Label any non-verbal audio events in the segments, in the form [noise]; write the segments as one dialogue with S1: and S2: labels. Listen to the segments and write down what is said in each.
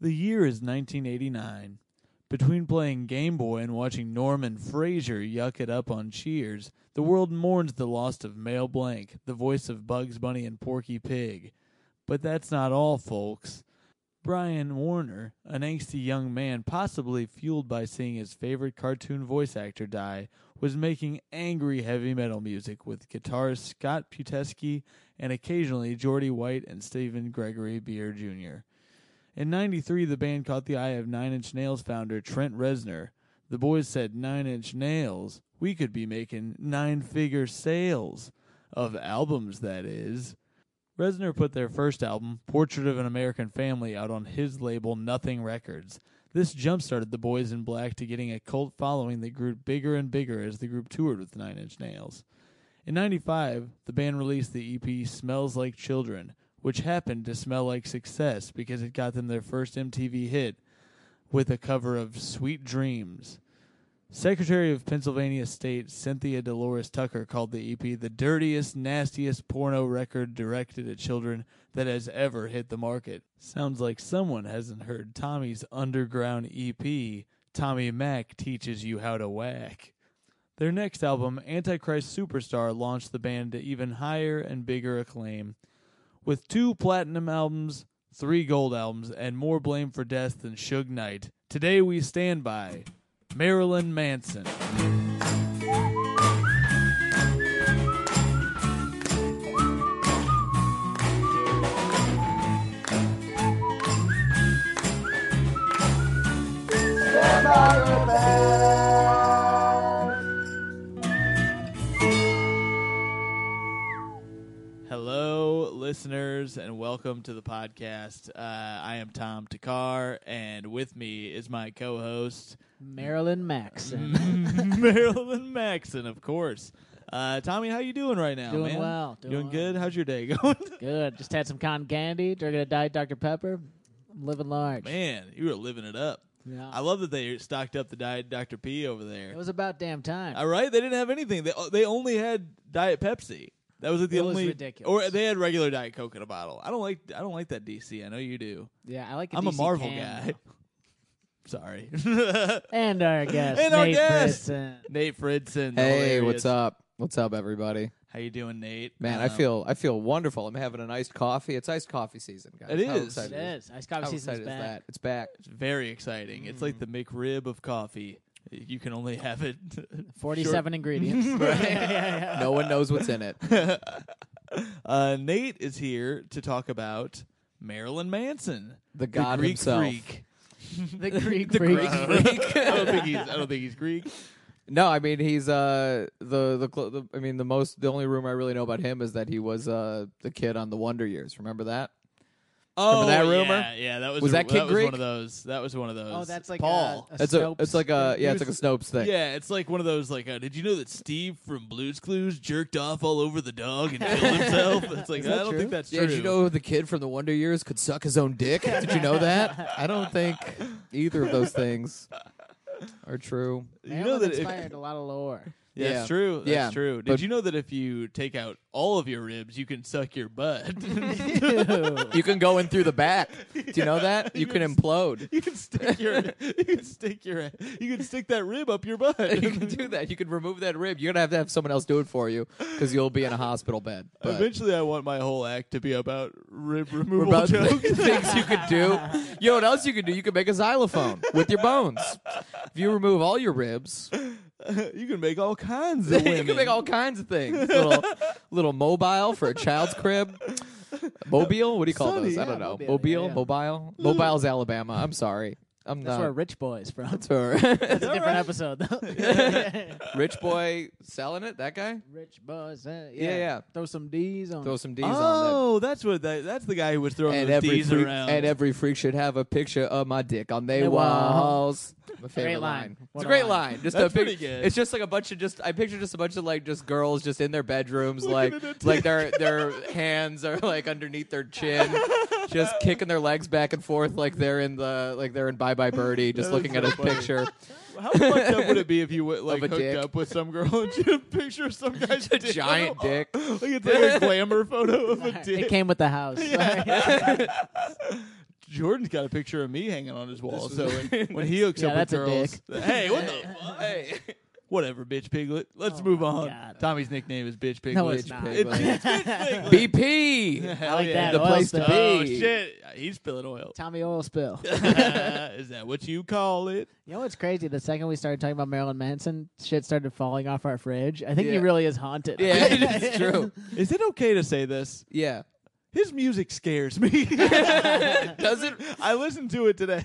S1: The year is 1989. Between playing Game Boy and watching Norman Fraser yuck it up on Cheers, the world mourns the loss of Mel Blanc, the voice of Bugs Bunny and Porky Pig. But that's not all, folks. Brian Warner, an angsty young man possibly fueled by seeing his favorite cartoon voice actor die, was making angry heavy metal music with guitarist Scott Puteski and occasionally Geordie White and Stephen Gregory Beer Jr. In 93, the band caught the eye of Nine Inch Nails founder Trent Reznor. The boys said, Nine Inch Nails, we could be making nine figure sales of albums, that is. Reznor put their first album, Portrait of an American Family, out on his label Nothing Records. This jump started the Boys in Black to getting a cult following that grew bigger and bigger as the group toured with Nine Inch Nails. In 95, the band released the EP Smells Like Children, which happened to smell like success because it got them their first MTV hit with a cover of Sweet Dreams. Secretary of Pennsylvania State Cynthia Dolores Tucker called the EP the dirtiest, nastiest porno record directed at children that has ever hit the market. Sounds like someone hasn't heard Tommy's underground EP, Tommy Mack Teaches You How to Whack. Their next album, Antichrist Superstar, launched the band to even higher and bigger acclaim. With two platinum albums, three gold albums, and more blame for death than Suge Knight, today we stand by Marilyn Manson. Hello, listeners, and welcome to the podcast. Uh, I am Tom Takar, and with me is my co host,
S2: Marilyn Maxon.
S1: [laughs] Mm-hmm. Marilyn Maxon, of course. Uh, Tommy, how you doing right now,
S2: Doing
S1: man?
S2: well, doing well.
S1: good. How's your day [laughs] going?
S2: [laughs] Good. Just had some cotton candy, drinking a Diet Dr. Pepper. I'm living large.
S1: man, you were living it up.
S2: Yeah.
S1: I love that they stocked up the Diet Dr. P over there.
S2: it was about damn time.
S1: All right, they didn't have anything. They they only had Diet Pepsi. That was like the
S2: It was
S1: only
S2: ridiculous.
S1: Or they had regular Diet Coke in a bottle. I don't like I don't like that DC. I know you do.
S2: yeah, I like a
S1: I'm a
S2: DC
S1: Marvel
S2: can,
S1: guy. [laughs]
S2: though.
S1: Sorry, [laughs]
S2: And our guest,
S1: And our
S2: Nate
S1: guest!
S2: Brisson.
S1: Nate Fridson. the
S3: Hey,
S1: hilarious.
S3: what's up? What's up, everybody?
S1: How you doing, Nate?
S3: Man, I
S1: Um,
S3: feel I feel wonderful. I'm having an iced coffee. It's iced coffee season, guys.
S1: It
S3: How
S1: is.
S3: excited
S2: It is. Ice Coffee
S3: How
S2: Season's
S3: excited is
S2: back.
S3: that?
S1: [laughs]
S3: It's back.
S1: it's very exciting. It's like the
S2: Mm.
S1: McRib of coffee. You can only have it. [laughs]
S2: 47 ingredients.
S3: No one knows what's in
S1: [laughs]
S3: it.
S1: uh, Nate is here to talk about Marilyn Manson,
S3: The god
S1: Greek
S3: himself.
S1: freak.
S2: [laughs] the Greek
S3: The
S2: freak.
S3: Greek
S1: [laughs]
S3: freak.
S1: I don't think he's. I don't think he's [laughs] Greek.
S3: No, I mean he's uh the the, cl- the I mean the most the only rumor I really know about him is that he was uh the kid on the Wonder Years. Remember that?
S1: Oh,
S3: that rumor?
S1: Yeah, yeah, that was a-
S3: Was that Kid
S1: was
S3: Greek?
S1: one of those. That was one of those.
S2: Oh, that's like
S1: Paul.
S2: A, a
S3: It's
S2: Snopes
S3: a it's like a
S2: thing.
S3: yeah,
S1: He
S3: it's like a
S1: was-
S3: Snopes thing.
S1: yeah, it's like one of those. Like, uh, did you know that Steve from Blue's Clues jerked off all over the dog and
S3: [laughs]
S1: killed himself? It's like I don't think that's
S3: Yeah,
S1: true.
S3: did you know the kid from the Wonder Years could suck his own dick? did you know that? I
S1: [laughs]
S3: don't think either of those things are true.
S1: You
S2: Marilyn
S1: that if-
S2: inspired a lot
S1: [laughs]
S2: of lore. [laughs]
S1: Yeah,
S3: Yeah.
S1: That's true. That's
S3: Yeah,
S1: true. Did
S3: but-
S1: you know that if you take out all of your ribs, you can suck your butt? [laughs]
S3: You can go in through the back. Do you know that? You
S1: You
S3: can
S1: can-
S3: implode.
S1: you can stick your.
S3: [laughs]
S1: You can stick your. You can stick that rib up your butt.
S3: [laughs] You can do that. You can remove that rib. You're gonna have to have someone else do it for you because you'll be in a hospital bed. But
S1: Eventually, I want my whole act to be about rib
S3: we're
S1: removal
S3: about to
S1: jokes.
S3: [laughs] things you could do. You know what else you could do? You could make a xylophone with your bones. If you remove all your ribs,
S1: [laughs] you can make all
S3: [laughs]
S1: kinds
S3: you
S1: of women.
S3: can make all kinds of things. Little little mobile for a child's crib. Mobile? What do you call
S1: Sonny,
S3: those? I
S1: yeah,
S3: don't know.
S2: mobile,
S3: Mobile,
S2: yeah, yeah.
S3: mobile, mobile's Alabama. I'm sorry. I'm
S2: That's where
S3: not.
S2: Rich Boy's from. That's
S3: That's
S2: [laughs]
S3: where
S2: a different
S1: right. [laughs]
S2: episode, though.
S3: [laughs] rich boy selling it. That guy.
S2: [laughs] Rich Boys. Uh, yeah.
S3: yeah.
S2: Throw some D's on
S3: Throw
S2: it.
S3: some D's on that.
S1: Oh, that's what that, that's the guy who was throwing
S3: and
S1: those
S3: every
S1: D's
S3: freak,
S1: around.
S3: and every freak should have a picture of my dick on their
S1: [laughs]
S2: Their
S3: walls. My favorite
S2: Great line. What
S3: It's
S2: a
S3: a great
S2: line.
S3: line. Just
S1: That's
S3: a pic-
S1: pretty good.
S3: It's just like a bunch of just. I picture just a bunch of like just girls just in their bedrooms,
S1: Looking
S3: like
S1: at a
S3: like their their hands are like underneath
S1: [laughs]
S3: their chin, just kicking their legs back and forth like they're in the like they're in Bye Bye Birdie, just
S1: That is
S3: looking at
S1: so
S3: a
S1: funny. [laughs]
S3: picture.
S1: How fucked up would it be if
S3: [laughs]
S1: you went, like
S3: a
S1: hooked
S3: dick.
S1: up with some girl and you had a picture of
S3: [laughs]
S1: some guy's
S3: a
S1: dick? [laughs]
S3: giant dick. [laughs]
S1: like it's like a glamour photo of a dick. [laughs]
S2: It came with the house.
S1: Yeah. [laughs] Jordan's got a picture of me hanging on his wall.
S3: was-
S1: So when,
S3: [laughs]
S1: when he hooks
S2: Yeah,
S1: up with
S2: that's a
S1: girls, hey, what the
S3: Hey.
S1: whatever, bitch piglet. Let's
S2: Oh
S1: move
S2: my
S1: on.
S2: God.
S1: Tommy's nickname is bitch piglet.
S2: No, it's
S3: Bitch
S2: not.
S3: piglet.
S1: It's, it's bitch
S3: [laughs]
S1: piglet. [laughs]
S3: BP.
S1: Hell
S2: like
S1: yeah.
S2: that.
S3: The
S2: Oil
S3: place
S2: spill.
S3: to
S1: Oh
S3: be.
S1: shit! He's spilling oil.
S2: [laughs] Tommy Oil Spill.
S1: [laughs] is that what you call it?
S2: You know what's crazy? The second we started talking about Marilyn Manson, shit started falling off our fridge. I think he
S3: Yeah.
S2: really is haunted. [laughs]
S3: Yeah, [laughs] [laughs] it's true.
S1: Is it okay to say this? [laughs]
S3: Yeah.
S1: His music scares me. [laughs]
S3: Does it?
S1: I listened to it today.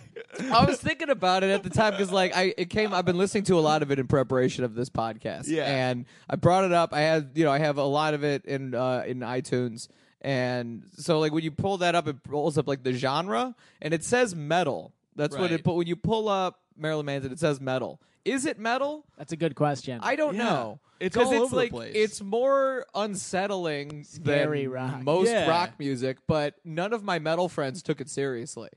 S3: I was thinking about it at the time because, like, I it came. I've been listening to a lot of it in preparation of this podcast.
S1: Yeah.
S3: and I brought it up. I had, you know, I have a lot of it in uh, in iTunes, and so like when you pull that up, it rolls up like the genre, and it says metal. That's what
S1: Right.
S3: it. But when you pull up Marilyn Manson, it says metal. Is it metal?
S2: That's a good question.
S3: I don't
S1: Yeah.
S3: know.
S1: It's
S3: 'Cause
S1: all over the
S3: like,
S1: place.
S3: It's more unsettling
S2: Scary
S3: than
S2: rock.
S3: most
S1: Yeah.
S3: rock music, but none of my metal friends took it seriously.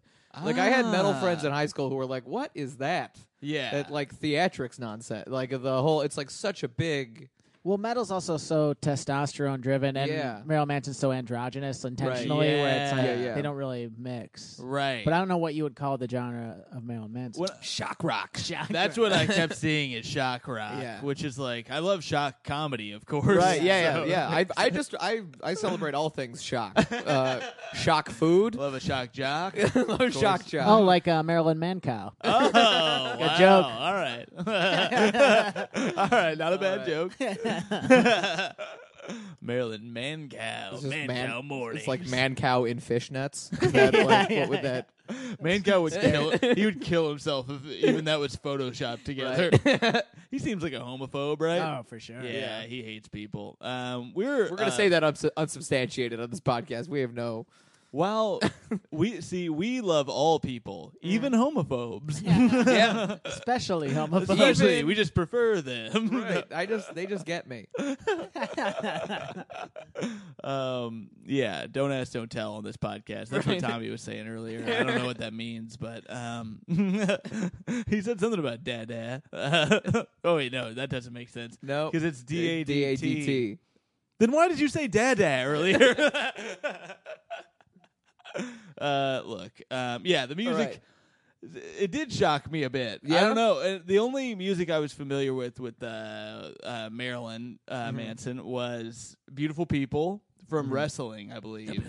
S3: Like I had metal
S1: Ah.
S3: friends in high school who were like, "What is that?"
S1: Yeah.
S3: that like theatrics nonsense. Like the whole, it's like such a big.
S2: well, metal's also so testosterone driven, and
S3: Yeah.
S2: Marilyn Manson's so androgynous intentionally, where it's
S1: Yeah.
S2: like
S3: Yeah, yeah.
S2: they don't really mix.
S1: right.
S2: But I don't know what you would call the genre of Marilyn Manson.
S1: What-
S3: [laughs] Shock rock.
S2: Shock
S1: that's
S2: rock.
S1: what
S2: [laughs]
S1: I kept seeing is shock rock,
S3: Yeah.
S1: which is like I love shock comedy, of course.
S3: Right, yeah,
S1: [laughs]
S3: yeah,
S1: So-
S3: yeah. I, I just, I, I celebrate all things shock. Uh, shock food, [laughs]
S1: Love a shock jock.
S3: love shock jock.
S2: Oh, like uh, Marilyn
S3: [laughs]
S2: Mancow.
S1: Oh, wow.
S2: joke.
S1: All right. [laughs] All right. Not a bad joke. [laughs] Marilyn
S2: Oh,
S1: Mancow.
S3: It's just
S1: Mancow
S3: man-
S1: morning.
S3: It's
S1: [laughs]
S3: like man cow
S2: [laughs]
S3: in fishnets. Is that,
S2: Yeah,
S3: like,
S2: yeah,
S3: what would that?
S1: Mancow would [laughs] kill. He would kill himself if even that was photoshopped together. [laughs] he seems like a homophobe, right?
S2: Oh, for sure.
S1: Oh, yeah, he hates people. Um, we were
S3: We're gonna
S1: uh,
S3: say that ups- unsubstantiated on this podcast. We have no.
S1: [laughs] Well, we see we love all people, even homophobes. [laughs]
S3: Yeah.
S2: Especially
S3: [laughs]
S2: homophobic.
S1: Especially, we just prefer them.
S3: Right. I just they just get me.
S1: Um, yeah, don't ask, don't tell on this podcast. That's
S3: Right.
S1: what Tommy was saying earlier. I don't know what that means, but um, [laughs] he said something about dada. [laughs] oh wait, no, that doesn't make sense. [laughs]
S3: No.
S1: because it's D A D A D T.
S3: D-A-D-T.
S1: Then why did you say dada earlier?
S3: [laughs]
S1: uh, look, um, yeah, the music.
S3: right.
S1: It did shock me a bit. I
S3: Yeah?
S1: don't know. Uh, The only music I was familiar with with uh, uh, Marilyn uh,
S3: Mm-hmm.
S1: Manson was "Beautiful People" from wrestling, I believe.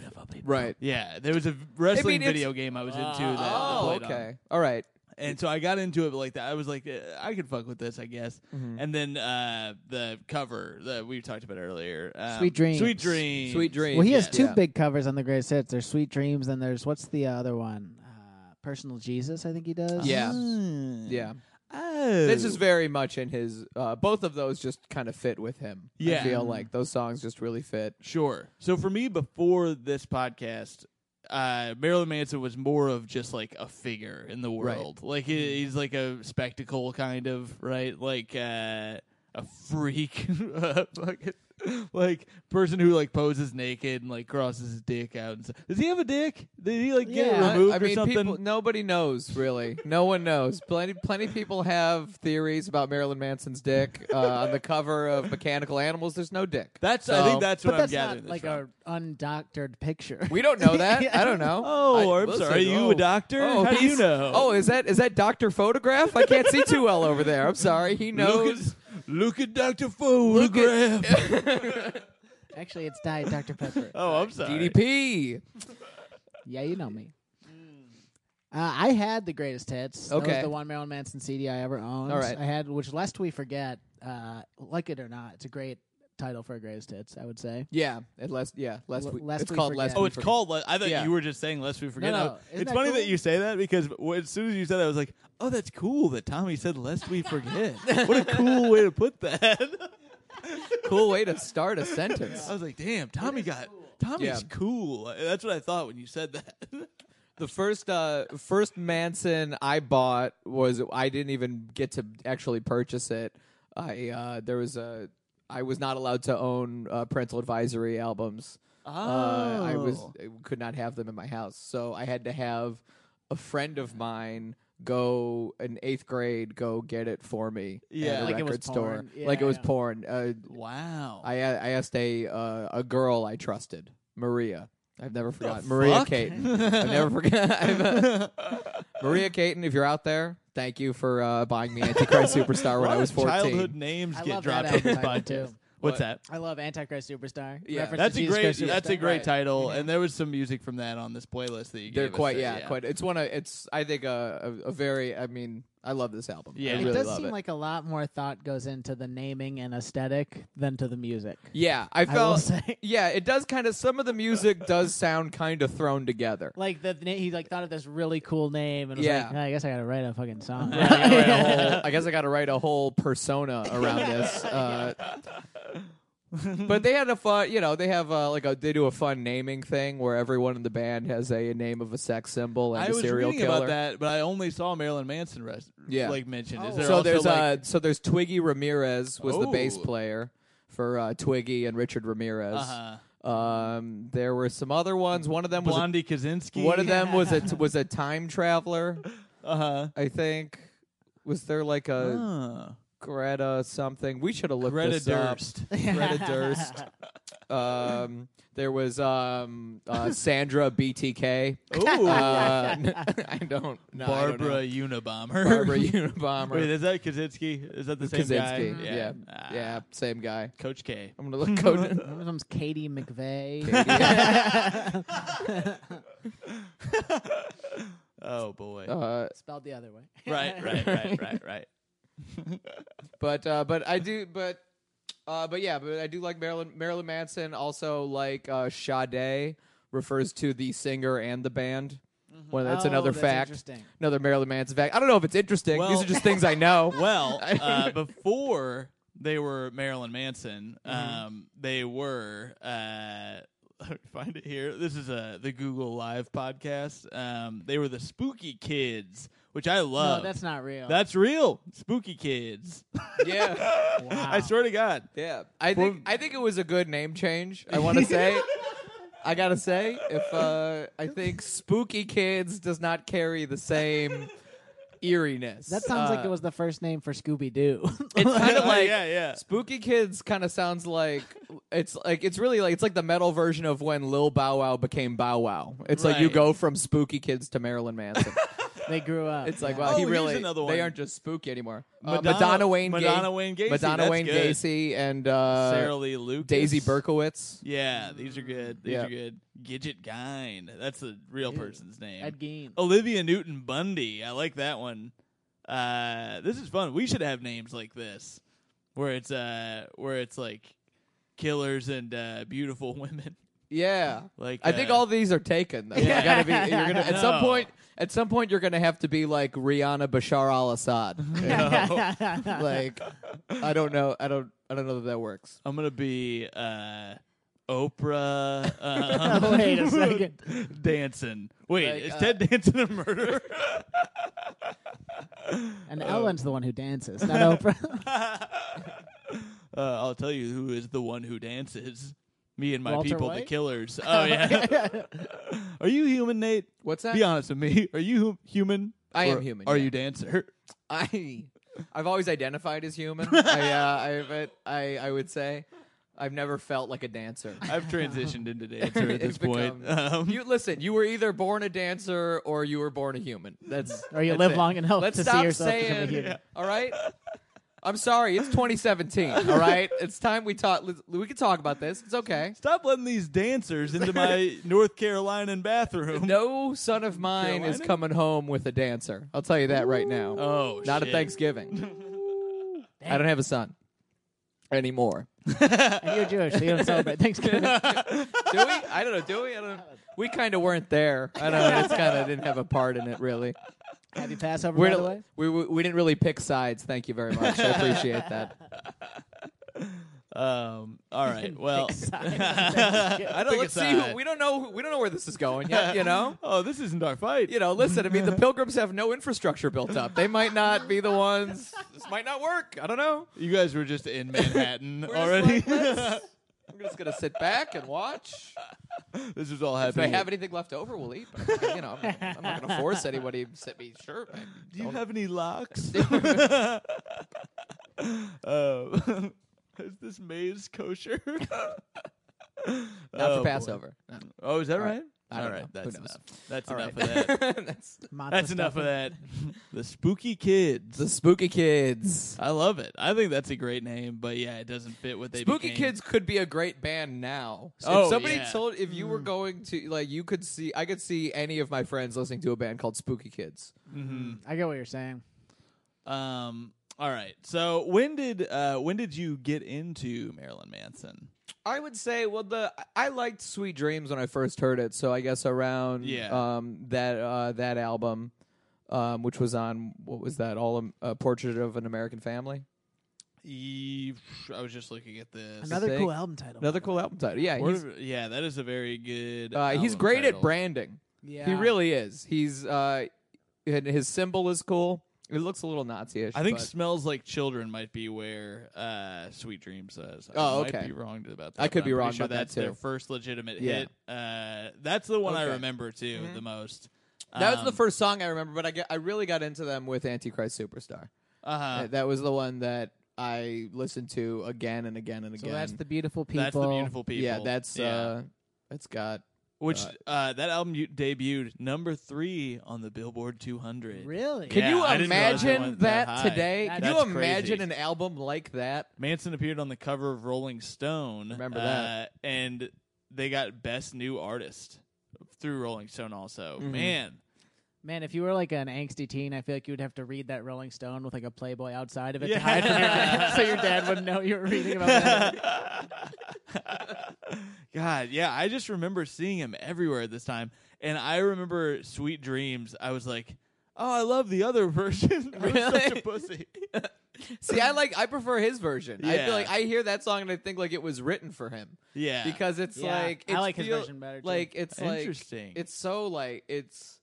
S3: Right.
S1: Yeah, there was a v- wrestling
S3: it's-
S1: video game I was into. That I
S3: Oh,
S1: played on.
S3: okay. All right.
S1: And so I got into it but like that. I was like, eh, I could fuck with this, I guess.
S3: Mm-hmm.
S1: And then uh, the cover that we talked about earlier, um,
S2: Sweet Dreams.
S1: Sweet Dreams.
S3: Sweet dreams.
S2: Well, he has
S1: Yeah.
S2: two
S3: Yeah.
S2: big covers on the greatest hits. There's "Sweet Dreams" and there's what's the other one? Uh, "Personal Jesus," I think he does.
S3: Yeah.
S1: Mm.
S3: Yeah.
S1: Oh.
S3: This is very much in his. Uh, both of those just kind of fit with him.
S1: Yeah.
S3: I feel like those songs just really fit.
S1: Sure. So for me, before this podcast, uh, Marilyn Manson was more of just like a figure in the
S3: Right. Mm-hmm.
S1: world. Like he, he's like a spectacle, kind of right, like uh, a freak, [laughs] Uh, fucking- like person who like poses naked and like crosses his dick out. And stuff. Does he have a dick? Did he like get
S2: Yeah,
S1: it removed
S3: I
S1: or
S3: mean,
S1: something?
S3: people. Nobody knows really. no one knows. Plenty, plenty people have theories about Marilyn Manson's dick uh, on the cover of Mechanical Animals. There's no dick.
S1: that's
S3: So-
S1: I think that's what
S2: but
S1: I'm
S2: that's
S1: gathering.
S2: not
S1: this
S2: like
S1: from.
S2: a
S1: [laughs]
S2: undoctored picture. [laughs]
S3: We don't know that. I don't know.
S1: Oh,
S3: I,
S1: I'm sorry. Are you a doctor? How do you
S3: he's-
S1: know?
S3: Oh, is that is that Doctor Photograph? I can't see too well over there. I'm sorry. He
S1: Look
S3: knows.
S1: at, look at Dr. Photograph.
S3: [laughs]
S2: Actually, it's Diet Dr Pepper.
S1: [laughs] oh, I'm sorry.
S3: DDP.
S2: yeah, you know me.
S1: Mm.
S2: Uh, I had the greatest hits. that
S3: Okay.
S2: was the one Marilyn Manson CD I ever owned.
S3: All right.
S2: I had, which lest we forget, uh, like it or not, it's a great title for a greatest hits. I would say.
S3: Yeah, and less. Yeah, less.
S2: L-
S3: we,
S2: lest
S3: it's
S2: we
S3: called
S2: forget.
S3: less.
S1: Oh,
S3: we
S1: it's
S3: forget.
S1: called. Le- I thought
S3: Yeah.
S1: you were just saying "Lest We Forget."
S2: No, no.
S1: I-
S2: Isn't
S1: It's
S2: that
S1: funny
S2: cool?
S1: that you say that because w- as soon as you said that, I was like, "Oh, that's cool that Tommy said "Lest We
S3: [laughs]
S1: Forget." what a cool way to put that. [laughs]
S3: cool way to start a sentence.
S1: I was like, "Damn, Tommy got Tommy's
S3: Yeah.
S1: cool." Uh, That's what I thought when you said that.
S3: [laughs] The first uh first Manson I bought was I didn't even get to actually purchase it. I uh there was a I was not allowed to own uh, parental advisory albums. [laughs] Uh, I was
S1: Oh.
S3: I could not have them in my house, so I had to have a friend of mine go in eighth grade go get it for me
S1: Yeah.
S3: at a
S1: Like
S2: it was
S3: record store
S2: porn. Yeah,
S3: like it was
S2: yeah.
S3: porn. Uh,
S1: wow. [laughs]
S3: I I asked a uh, a girl I trusted, Maria, I've never forgotten
S1: fuck?
S2: [laughs]
S3: Maria Caton. I've never forgotten [laughs] Maria Caton. If you're out there, thank you for uh, buying
S2: [laughs]
S3: me Antichrist Superstar when I was 14.
S1: Childhood names
S2: I
S1: get
S2: love
S1: dropped
S2: that
S1: on this
S2: advertisement,
S1: podcast.
S2: too.
S1: What's
S3: What?
S1: that?
S2: I love Antichrist Superstar.
S3: Yeah.
S2: Reference
S1: That's
S2: to
S1: a
S2: Jesus
S1: great.
S2: Christ
S1: That's a
S2: Superstar.
S1: great
S3: Right.
S1: title, and there was some music from that on this playlist that you
S3: They're
S1: gave us,
S3: quite,
S1: so
S3: yeah, quite. It's one of, it's, I think, uh, a, a, a very, I mean, I love this album.
S1: Yeah.
S3: I
S2: It
S3: really
S2: does
S3: love
S2: seem like a lot more thought goes into the naming and aesthetic than to the music.
S3: yeah, I
S2: I will
S3: felt,
S2: say.
S3: yeah, it does kind of, some of the music does sound kind of
S1: [laughs]
S3: thrown together.
S2: Like the na- he like thought of this really cool name and was
S3: Yeah.
S2: like, "Ah, I guess I gotta write a
S3: [laughs]
S2: fucking song.
S3: I gotta write a whole- I guess I got to write a whole persona
S1: [laughs]
S3: around this. Uh, but they had a fun, you know, they have uh, like a they do a fun naming thing where everyone in the band has a name of a sex symbol and
S1: I
S3: a
S1: was
S3: serial
S1: reading
S3: killer.
S1: about that, but I only saw Marilyn Manson rest,
S3: Yeah.
S1: like mentioned. Is
S2: Oh.
S1: there
S3: so
S1: also,
S3: there's
S1: like,
S3: uh, so there's Twiggy Ramirez was the bass
S1: Oh.
S3: player for uh, Twiggy and Richard Ramirez.
S1: uh-huh.
S3: Um, there were some other ones. One of them was a,
S1: Blondie Kaczynski?
S3: one of them was a was a time traveler.
S1: [laughs] Uh-huh.
S3: I think was there like a
S1: Oh.
S3: Greta something. We should have looked
S1: Greta
S3: this up. [laughs]
S1: Durst.
S3: Greta Durst. Um, there was um, uh, Sandra BTK.
S1: [laughs] Ooh.
S3: Uh, [laughs] I don't. No, I don't know.
S1: Barbara Unabomber. [laughs]
S3: Barbara Unabomber.
S1: Wait, is that Kaczynski? Is that the same guy?
S3: Kaczynski. Yeah. Yeah.
S1: Ah,
S3: Same guy.
S1: Coach K. [laughs]
S3: I'm gonna look code.
S2: Her name's Katie McVeigh. [laughs]
S1: Oh boy.
S3: uh,
S2: Spelled the other way.
S1: Right, right, right,
S3: [laughs]
S1: right, right.
S3: but uh, but I do but. Uh, but yeah, but I do like Marilyn Marilyn Manson. Also, like uh, Sade refers to the singer and the band. Well, that's
S2: Oh,
S3: another
S2: that's
S3: fact.
S2: interesting.
S3: Another Marilyn Manson fact. I don't know if it's interesting.
S1: Well-
S3: These are just things [laughs] I know.
S1: Well, uh, before they were Marilyn Manson,
S3: Mm-hmm.
S1: um, they were. Uh, [laughs] let me find it here. This is uh, the Google Live podcast. Um, they were the Spooky Kids, which I
S2: No,
S3: Uh,
S1: love.
S2: that's not real.
S1: That's real. Spooky Kids. [laughs]
S3: yeah.
S1: I swear to
S3: [laughs]
S1: God.
S3: Yeah, I think I think it was a good name change. I want to say, I gotta say, if uh, I think Spooky Kids does not carry the same eeriness.
S2: That sounds like
S3: Uh,
S2: it was the first name for Scooby [laughs] Doo.
S3: It's kind of
S1: Oh, [laughs]
S3: like
S1: yeah, yeah.
S3: Spooky Kids kind of sounds like it's like it's really like it's like the metal version of when Lil Bow Wow became Bow Wow. It's like you
S1: Right.
S3: go from Spooky Kids to
S1: [laughs]
S3: Marilyn Manson.
S2: they grew up.
S3: It's like
S2: yeah.
S3: wow,
S1: Oh,
S3: he
S1: here's
S3: really
S1: another one.
S3: they aren't just spooky anymore. Uh,
S1: Madonna-
S3: Madonna Wayne Ga-
S1: Madonna Wayne Gacy,
S3: Madonna
S1: that's
S3: Wayne
S1: good.
S3: Gacy, and uh,
S1: Sarah Lee Lucas.
S3: Daisy Berkowitz.
S1: Yeah, these are good. These
S3: Yeah.
S1: are good. Gidget Gine. That's the real person's name.
S2: Ed Gein.
S1: Olivia Newton Bundy. I like that one. Uh, this is fun. We should have names like this, where it's uh, where it's like killers and uh, beautiful [laughs] women.
S3: Yeah.
S1: Like
S3: I think
S1: uh,
S3: all these are taken. Though.
S1: Yeah.
S3: You gotta be,
S1: [laughs]
S3: you're gonna, at some
S1: No.
S3: point, at some point, you're gonna have to be like Rihanna Bashar
S1: [laughs]
S3: al-Assad. like, I don't know. I don't. I don't know that that works.
S1: I'm gonna be uh, Oprah. Um,
S2: Wait a second.
S1: [laughs] Danson. Wait,
S3: Like,
S1: is
S3: uh,
S1: Ted Danson a murderer?
S2: [laughs]
S1: [laughs]
S2: And
S3: Oh.
S2: Ellen's the one who dances, not Oprah. [laughs]
S1: Uh, I'll tell you who is the one who dances. Me and my
S2: Walter
S1: people, the
S2: White?
S1: killers. Oh yeah. [laughs] Are you human, Nate?
S3: What's that?
S1: Be honest with me. [laughs] Are you hu- human?
S3: I am
S1: or
S3: human,
S1: Are
S3: yeah.
S1: you dancer? [laughs]
S3: I, I've always identified as human. I, uh, I, but I, I would say, I've never felt like a dancer. [laughs]
S1: I've transitioned into dancer at this
S3: It's
S1: point.
S3: become-
S1: Um,
S3: you listen. You were either born a dancer or you were born a human. That's
S1: [laughs]
S2: Or you
S3: that's
S2: live
S3: it.
S2: long enough
S3: Let's
S2: to see
S3: stop
S2: yourself become a
S3: saying,
S2: human. Yeah.
S3: All right. I'm sorry. It's
S1: [laughs]
S3: 2017. All right. It's time we talk. We can talk about this. It's okay.
S1: Stop letting these dancers into
S3: [laughs]
S1: my North Carolina bathroom.
S3: No son of mine is
S1: Carolina?
S3: coming home with a dancer. I'll tell you that right now.
S1: Oh,
S3: not
S1: shit.
S3: at
S1: [laughs]
S3: Thanksgiving. I don't have a son anymore.
S2: and you're Jewish, so you don't celebrate Thanksgiving.
S3: [laughs] Do we? I don't know. Do we? I don't. We kind of weren't there. I don't know. It's kind of didn't have a part in it really.
S2: Happy Passover,
S3: We're
S2: by the way.
S3: we we we didn't really pick sides. Thank you very much. I appreciate that.
S1: Um. All
S3: [laughs]
S1: right.
S2: [laughs]
S1: Well.
S3: I
S1: [laughs] I
S3: don't. Let's see. Who, we don't know. Who, we don't know where this is going yet. You know.
S1: [laughs] Oh, this isn't our fight.
S3: You know. Listen. I mean, the pilgrims have no infrastructure built up. They might not be the ones. This might not work. I don't know.
S1: You guys were just
S3: [laughs]
S1: in Manhattan
S3: We're
S1: already.
S3: Just like, let's- we're just gonna sit back and watch.
S1: [laughs] this is all
S3: If I
S1: happening.
S3: have anything left over, we'll eat. But I'm not gonna, you know, I'm, not- I'm not gonna force anybody to sit me. Sure. I
S1: Do you
S3: don't-
S1: have any locks? [laughs]
S3: [laughs]
S1: [laughs] um, is this maze kosher?
S3: Not
S1: Oh,
S3: for
S1: boy.
S3: Passover. No,
S1: Oh, is that
S3: All right.
S1: right?
S3: I don't
S1: All
S3: know.
S1: right,
S3: Who
S1: that's
S3: knows?
S1: enough. [laughs] That's
S3: all
S1: enough
S3: right.
S1: of that.
S3: [laughs] That's
S2: Matzo
S1: That's enough of
S2: stuffing.
S1: that. [laughs] The spooky kids.
S3: the spooky kids.
S1: I love it. I think that's a great name, but yeah, it doesn't fit what they
S3: Spooky
S1: became.
S3: Kids could be a great band now.
S1: Oh,
S3: if somebody
S1: yeah.
S3: told if you were going to like you could see I could see any of my friends listening to a band called Spooky Kids.
S2: I get what you're saying.
S1: Um. All right. So when did uh when did you get into Marilyn Manson?
S3: I would say well the I liked Sweet Dreams when I first heard it, so I guess around
S1: Yeah.
S3: um that uh that album um which was on what was that all um, a portrait of an American family?
S1: E- I was just looking at this.
S2: Another
S3: thing.
S2: cool album title.
S3: Another cool album title. Yeah,
S1: Word
S3: he's
S1: of- yeah, that is a very good.
S3: uh, he's
S1: album
S3: great
S1: title.
S3: at branding.
S2: Yeah.
S3: He really is. He's uh and his symbol is cool. It looks a little Nazi-ish.
S1: I think
S3: but-
S1: "Smells Like Children" might be where uh, "Sweet Dreams" says. I
S3: Oh,
S1: Might
S3: okay.
S1: be wrong about that.
S3: I could
S1: but
S3: be
S1: I'm
S3: wrong
S1: pretty Sure
S3: about that,
S1: that's their
S3: too.
S1: first legitimate
S3: Yeah.
S1: hit. Uh, that's the one I
S3: Okay. Mm-hmm.
S1: remember too the most.
S3: That was the
S1: Um,
S3: first song I remember, but I, get, I really got into them with Antichrist Superstar.
S1: Uh-huh.
S3: Uh, that was the one that I listened to again and again and
S2: So
S3: again.
S2: that's the beautiful people.
S1: That's the beautiful people.
S3: yeah. That's
S1: Yeah.
S3: uh, that's got
S1: which
S3: uh,
S1: uh, that album you- debuted number three on the Billboard 200.
S2: Really?
S1: Yeah,
S3: Can you
S1: I didn't realize it
S3: imagine
S1: went
S3: that,
S1: that high.
S3: today?
S2: That-
S3: Can you
S1: That's
S3: imagine
S1: crazy.
S3: an album like that?
S1: Manson appeared on the cover of Rolling Stone.
S3: Remember
S1: uh,
S3: that.
S1: and they got Best New Artist through Rolling Stone. Also,
S3: Mhm.
S1: man,
S2: Man, if you were like an angsty teen, I feel like you would have to read that Rolling Stone with like a Playboy outside of it
S1: Yeah.
S2: to hide from your dad, so your dad wouldn't know you were reading about
S1: [laughs]
S2: that.
S1: God, yeah, I just remember seeing him everywhere at this time. And I remember Sweet Dreams. I was like, oh, I love the other [laughs] version. I was such
S3: Really?
S1: a [laughs] pussy.
S3: See, I like I prefer his version. I
S1: Yeah.
S3: feel like I hear that song and I think like it was written for him
S1: Yeah.
S3: because it's
S2: Yeah,
S3: like
S2: I
S3: it's
S2: like his
S3: feel-
S2: version better, too.
S3: Like it's
S1: Interesting.
S3: like it's so like it's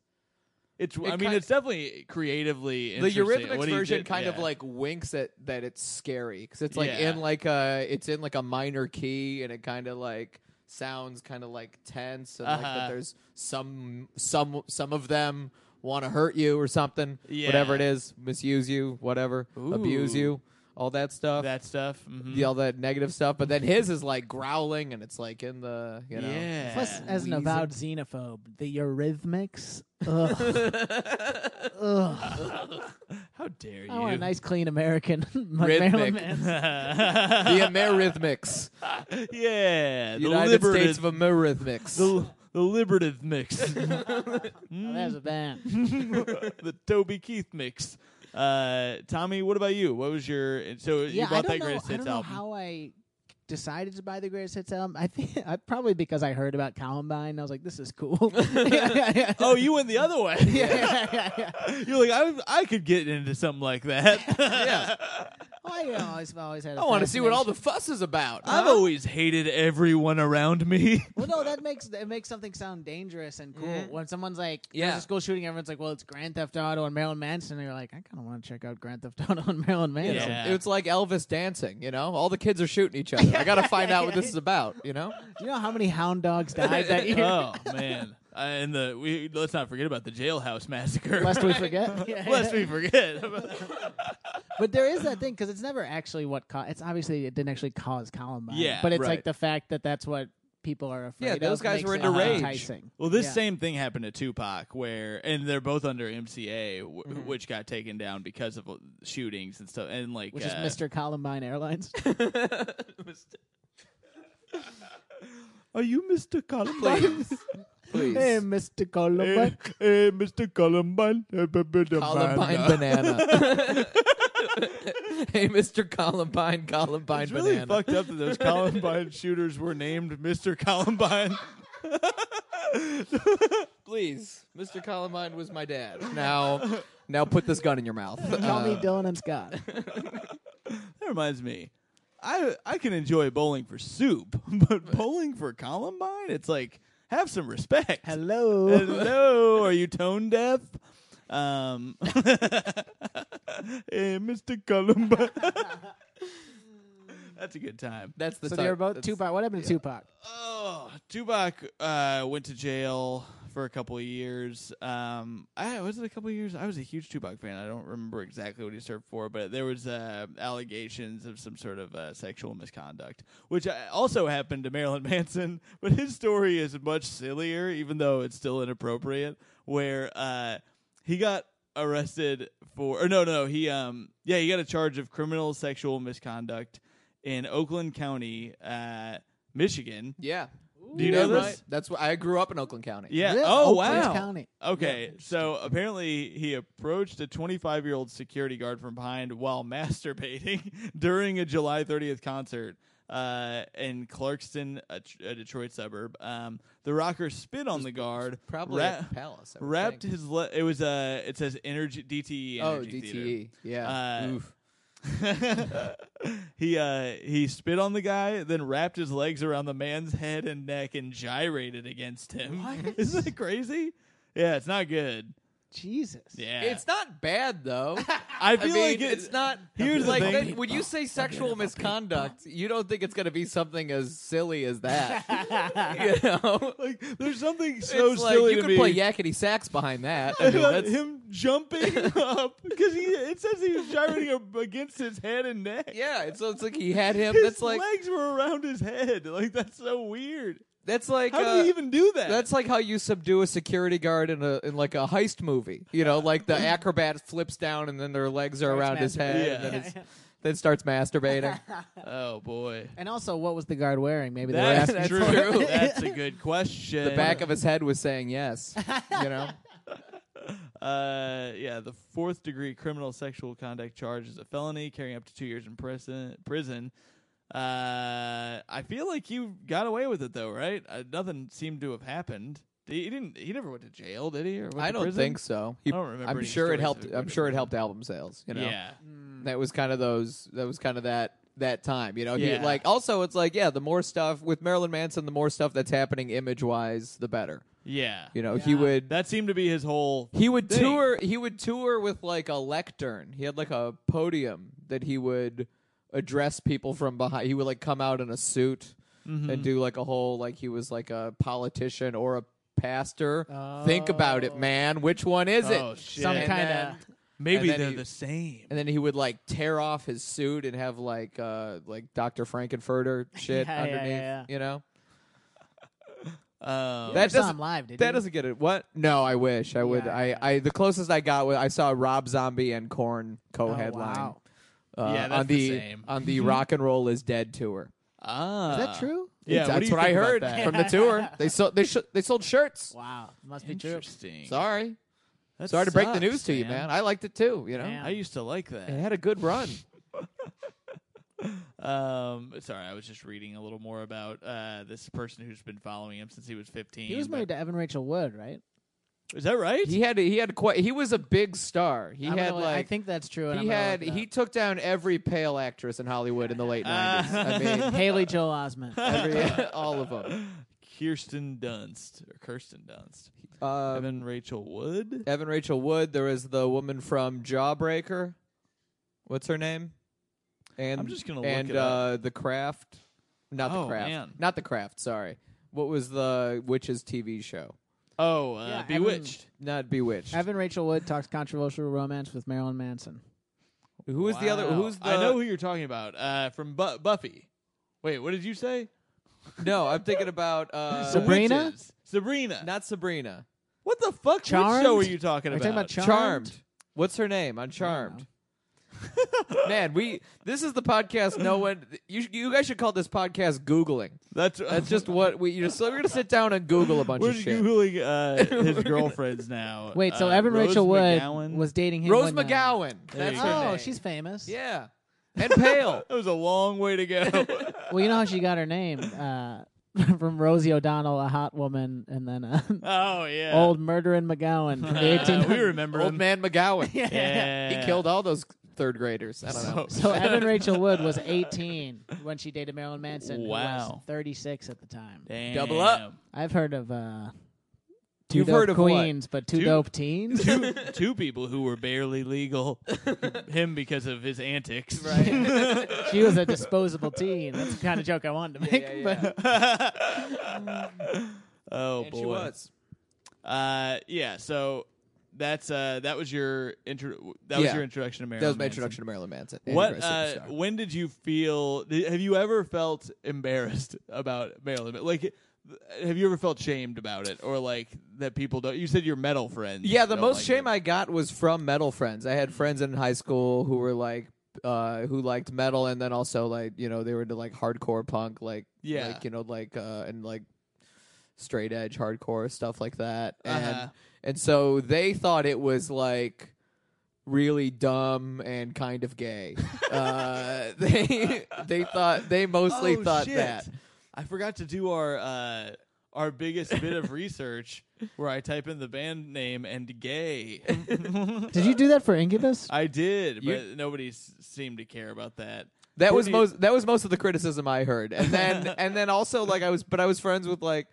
S1: it's, I
S3: it
S1: mean,
S3: ki-
S1: it's definitely creatively
S3: the
S1: interesting.
S3: Eurythmics
S1: What he
S3: version
S1: did-
S3: kind of
S1: yeah.
S3: like winks at that it's scary because it's like
S1: Yeah.
S3: in like a it's in like a minor key and it kind of like sounds kind of like tense and like
S1: Uh-huh.
S3: that there's some some some of them want to hurt you or something whatever it
S1: Yeah.
S3: is misuse you whatever abuse
S1: Ooh.
S3: you all that stuff
S1: that stuff. Mhm.
S3: yeah, all that negative stuff but then his is like growling and it's like in the you know
S1: Yeah.
S2: Plus, as an
S3: Wheezing.
S2: avowed xenophobe, the Eurythmics. Ugh. Ugh.
S1: [laughs] How dare you?
S2: I want
S1: [laughs]
S2: a nice, clean American. [laughs]
S3: Rhythmic.
S2: Marilyn Manson.
S3: the Amerithmics
S1: [laughs] yeah, the
S3: United
S1: liberative,
S3: States of Amerithmics
S1: the, the liberative mix.
S3: [laughs]
S1: [laughs]
S2: Oh, that's a band.
S1: the Toby Keith mix. Uh, Tommy, what about you? What was your so
S2: yeah,
S1: [laughs] you bought
S2: I don't
S1: that greatest
S2: know,
S1: hits
S2: I don't
S1: album?
S2: know how I decided to buy the greatest hits album. I think [laughs] I, probably because I heard about Columbine. I was like, this is cool. [laughs] yeah, yeah, [laughs] yeah.
S1: [laughs] oh, you went the other way.
S2: yeah, yeah, yeah, yeah.
S1: [laughs] You're like I, I could get into something like
S2: [laughs]
S1: that.
S3: Yeah.
S2: Oh, I always, always had. I
S3: I want to see what all the fuss is about.
S1: [laughs] I've
S3: huh?
S1: always hated everyone around me.
S2: Well, no, that makes it makes something sound dangerous and cool. When someone's like,
S3: Yeah.
S2: "Yeah, a school shooting," everyone's like, "Well, it's Grand Theft Auto and Marilyn Manson." And you're like, "I kind of want to check out Grand Theft Auto and Marilyn
S3: You
S2: Manson."
S3: know,
S1: Yeah.
S3: It's like Elvis dancing, you know? All the kids are shooting each other. I got
S2: [laughs]
S3: to find out what this is about, you know?
S2: Do you know how many hound dogs died that
S1: [laughs]
S2: year? [laughs]
S1: oh man, uh, and the we let's not forget about the jailhouse massacre.
S2: Lest we forget. Yeah.
S1: [laughs] Lest we forget.
S2: [laughs] But there is that thing because it's never actually what caused. It's obviously it didn't actually cause Columbine.
S1: Yeah,
S2: but it's
S1: right.
S2: like the fact that that's what people are afraid.
S3: Yeah, those
S2: of
S3: guys
S2: makes
S3: were
S2: it
S3: into rage.
S2: enticing.
S1: Well, this
S2: Yeah.
S1: same thing happened to Tupac, where and they're both under MCA, w-
S2: Mm-hmm.
S1: which got taken down because of uh, shootings and stuff, and like
S2: Which
S1: uh,
S2: is Mr. Columbine Airlines.
S1: Are you Mr. Columbine?
S3: [laughs] Please.
S2: hey, Mr.
S1: [laughs]
S2: Columbine.
S1: Mr. Columbine. Eh,
S3: Columbine
S1: Columbine.
S3: banana.
S1: [laughs]
S3: [laughs] hey, Mr. Columbine, Columbine
S1: It's really
S3: banana.
S1: fucked up that
S2: [laughs]
S1: those Columbine shooters were named Mr. Columbine. [laughs]
S3: Please. Mr. Columbine was my dad. Now now put this gun in your mouth.
S2: Call me
S3: [laughs] Uh,
S2: Dylan and Scott.
S3: [laughs]
S1: That reminds me. I I can enjoy bowling for soup, [laughs] but bowling for Columbine, it's like have some respect.
S2: Hello.
S1: Hello, are you tone deaf? Um, [laughs] hey, Mr. Columbine. [laughs] That's a good time.
S3: that's the
S2: so
S3: type-
S2: they were both
S3: that's-
S2: Tupac. What happened to Tupac?
S1: Oh, Tupac uh, went to jail for a couple of years. Um, I was it a couple of years. I was a huge Tupac fan. I don't remember exactly what he served for, but there was uh, allegations of some sort of uh, sexual misconduct, which uh, also happened to Marilyn [laughs] Manson. But his story is much sillier, even though it's still inappropriate. Where uh, he got arrested for, or no, no, he um, yeah, he got a charge of criminal sexual misconduct in Oakland County, uh, Michigan.
S3: Yeah.
S1: Do you know
S3: Yeah,
S1: this?
S3: right. That's what I grew up in Oakland County.
S1: Yeah.
S2: Really?
S1: Oh,
S2: Oakland
S1: wow.
S2: County.
S1: Okay. So apparently he approached a 25 year old security guard from behind while [laughs] masturbating during a July 30th concert uh, in Clarkston, a, tr- a Detroit suburb. Um, the rocker spit on the guard.
S3: Probably
S1: ra-
S3: at Palace. I would
S1: Wrapped
S3: think.
S1: his le- it was uh it says energy DTE
S3: Oh,
S1: energy
S3: DTE.
S1: theater.
S3: Yeah.
S1: Uh,
S3: Oof.
S1: [laughs] he uh he spit on the guy, then wrapped his legs around the man's head and neck and gyrated against him. [laughs]
S3: What?
S1: Isn't that crazy? Yeah, it's not good.
S2: Jesus. [laughs]
S1: Yeah,
S3: It's not bad though.
S1: [laughs] I feel
S3: I mean,
S1: like it-
S3: it's not.
S1: Here's the
S3: like
S1: thing.
S3: that- when you say sexual misconduct, you don't think it's going to be something as silly as that.
S1: [laughs]
S3: you know,
S1: Like there's something so
S3: it's like
S1: silly
S3: you
S1: to
S3: can
S1: me. [laughs]
S3: play yakety sax behind that. I
S1: about
S3: mean, that's-
S1: him
S3: [laughs]
S1: jumping up because he it says he was gyrating ab- against his head and neck.
S3: yeah, it's, it's like he had him.
S1: his
S3: that's like
S1: legs were around his head. Like that's so weird.
S3: that's like
S1: How
S3: uh,
S1: did he even do that?
S3: That's like how you subdue a security guard in a in like a heist movie. You know,
S1: [laughs]
S3: like the acrobat flips down and then their legs are around his head
S1: masturbating.
S3: and then,
S1: Yeah.
S3: it's, then starts masturbating.
S1: [laughs] oh boy.
S2: [laughs] And also, what was the guard wearing? Maybe they were
S1: That's,
S3: [laughs]
S2: asking
S1: true.
S2: for it.
S1: That's a good question.
S3: the back of his head was saying yes. You know,
S1: [laughs] Uh, yeah, the fourth degree criminal sexual conduct charge is a felony, carrying up to two years in prison. Prison. Uh, I feel like you got away with it though, right? Uh, nothing seemed to have happened. He he didn't. He never went to jail, did he? Or went
S3: I
S1: to
S3: don't
S1: prison?
S3: think so. He-
S1: I don't remember
S3: I'm
S1: any
S3: sure
S1: stories
S3: it helped.
S1: of him
S3: I'm
S1: going to
S3: sure it
S1: prison.
S3: helped album sales. You know,
S1: Yeah.
S3: that was kind of those. That was kind of that that time. You know, He-
S1: Yeah.
S3: like also it's like yeah, the more stuff with Marilyn Manson, the more stuff that's happening image wise, the better.
S1: Yeah.
S3: You know, he
S2: Yeah.
S3: would
S1: that seemed to be his whole.
S3: He would
S1: thing.
S3: tour. He would tour with like a lectern. He had like a podium that he would address people from behind. He would like come out in a suit and do like a whole like he was like a politician or a pastor. Think about it, man. Which one is
S1: Oh,
S3: it?
S1: shit.
S2: [laughs] Some
S1: And
S2: kind
S3: then-
S2: of.
S1: Maybe
S3: and then
S1: they're
S3: he-
S1: the same.
S3: And then he would like tear off his suit and have like uh like Dr. Frankenfurter
S2: [laughs]
S3: shit
S2: Yeah, yeah,
S3: underneath.
S2: yeah.
S3: You know
S1: Um,
S3: That
S2: That saw
S3: doesn't-
S2: him live, did
S3: that
S2: you?
S3: doesn't get it. What? No, I wish I would.
S2: Yeah,
S3: I
S2: yeah.
S3: I the closest I got was I saw Rob Zombie and Corn co-headline.
S2: Oh, wow.
S3: uh,
S1: Yeah, that's
S3: on the,
S1: the same.
S3: on the rock and roll is dead tour.
S1: ah.
S2: Is that true?
S1: Yeah.
S3: that's
S1: do you
S3: what I
S1: think about
S3: heard
S1: that?
S3: from the tour. [laughs] They sold they sh- they sold shirts.
S2: Wow, must be true.
S1: Interesting.
S3: Sorry,
S1: That
S3: sorry to break the
S1: sucks,
S3: news to you, man. I liked it too. You know,
S2: Yeah.
S1: I used to like that.
S3: it had a good run.
S1: Um, sorry, I was just reading a little more about uh, this person who's been following him since he was 15.
S2: He was
S1: but-
S2: married to Evan Rachel Wood, right?
S1: Is that right?
S3: he had he had quite he was a big star. He
S2: I'm
S3: had
S2: gonna look-
S3: like
S2: I think that's true. and
S3: he
S2: I'm gonna
S3: had
S2: look it
S3: he took down every pale actress in Hollywood in the late nineties.
S1: [laughs]
S3: I
S2: up.
S3: mean, [laughs]
S2: Haley Joel Osment.
S3: every, all of them.
S1: Kirsten Dunst or Kirsten Dunst,
S3: Um, Evan,
S1: Evan Rachel Wood.
S3: Rachel Wood. There was the woman from Jawbreaker. What's her name? And
S1: I'm just gonna look
S3: and
S1: it
S3: uh,
S1: up.
S3: the craft, not
S1: Oh,
S3: the craft,
S1: man.
S3: not the craft. Sorry, what was the witches TV show?
S1: Oh, uh,
S2: Yeah, Evan-
S1: Bewitched.
S3: Not Bewitched.
S2: Evan Rachel Wood talks controversial romance with Marilyn Manson.
S3: who was the other?
S1: Wow.
S3: Who's the?
S1: I know who you're talking about. Uh, from Bu- Buffy. Wait, what did you say?
S3: [laughs] No, I'm thinking about
S1: [laughs]
S3: uh,
S2: Sabrina?
S1: Witches. Sabrina.
S3: Not Sabrina.
S1: what the fuck? Which
S2: Charmed?
S1: show are you talking
S2: Are you
S1: about?
S2: talking about Charmed?
S3: What's her name? On Charmed. Man, we this is the podcast. No one, you sh- you guys should call this podcast Googling.
S1: That's uh,
S3: That's just what we you just so we're gonna sit down and Google a bunch
S1: We're
S3: of shit.
S1: googling uh, his girlfriends now.
S2: Wait, so
S1: Uh,
S2: Evan
S1: Rose
S2: Rachel Wood
S1: McGowan.
S2: was dating him.
S3: Rose
S2: when, uh,
S3: McGowan.
S1: There
S3: That's
S1: you
S3: her
S1: go.
S2: Oh,
S3: name.
S2: she's famous.
S3: yeah, and
S1: [laughs]
S3: pale.
S1: That was a long way to go. [laughs]
S2: Well, you know how she got her name uh, [laughs] from Rosie O'Donnell, a hot woman, and then uh,
S1: oh yeah.
S2: old murdering
S3: [laughs]
S2: McGowan. From the
S1: Uh,
S2: 18
S1: we remember
S3: Old
S1: him.
S3: man McGowan.
S1: Yeah.
S3: [laughs]
S1: [laughs]
S3: He killed all those third graders. I don't know. [laughs]
S2: So Evan Rachel Wood was 18 when she dated Marilyn Manson. Who
S1: Wow.
S2: was 36 at the time.
S1: Damn.
S3: Double up.
S2: I've heard of uh, 2
S3: You've
S2: dope
S3: heard of what?
S2: queens, but two,
S1: Two-
S2: dope
S3: [laughs]
S2: teens.
S1: Two, two people who were barely legal. Him because of his
S3: [laughs]
S1: antics.
S2: [laughs] she was a disposable teen. That's the kind of joke I wanted to make.
S3: yeah,
S2: But
S1: [laughs] oh boy.
S3: and she was.
S1: Uh, yeah. So that's uh, that was your intro. That was
S3: Yeah.
S1: your introduction to Marilyn.
S3: That was my
S1: Manson.
S3: introduction to Marilyn Manson. and
S1: What?
S3: Grace
S1: Uh,
S3: Superstar.
S1: when did you feel? Did, have you ever felt embarrassed about Marilyn? Ma- Like, have you ever felt shamed about it, or like that people don't? You said your metal friends.
S3: Yeah, the
S1: don't
S3: most
S1: like
S3: shame
S1: it.
S3: I got was from metal friends. I had friends in high school who were like, uh, who liked metal, and then also like, you know, they were into like hardcore punk, like,
S1: Yeah.
S3: like you know, like uh, and like straight edge hardcore stuff like that,
S1: Uh-huh.
S3: and and so they thought it was like really dumb and kind of
S1: [laughs]
S3: gay. uh, they they thought they mostly
S1: Oh,
S3: thought
S1: shit.
S3: that.
S1: I forgot to do our uh, our biggest bit of research, where I type in the band name and gay.
S2: Did you do that for Incubus?
S1: I did,
S3: You-
S1: but nobody s- seemed to care about that.
S3: That was
S1: Courtney-
S3: most. That was most of the criticism I heard, and
S1: [laughs]
S3: then and then also like I was, but I was friends with like,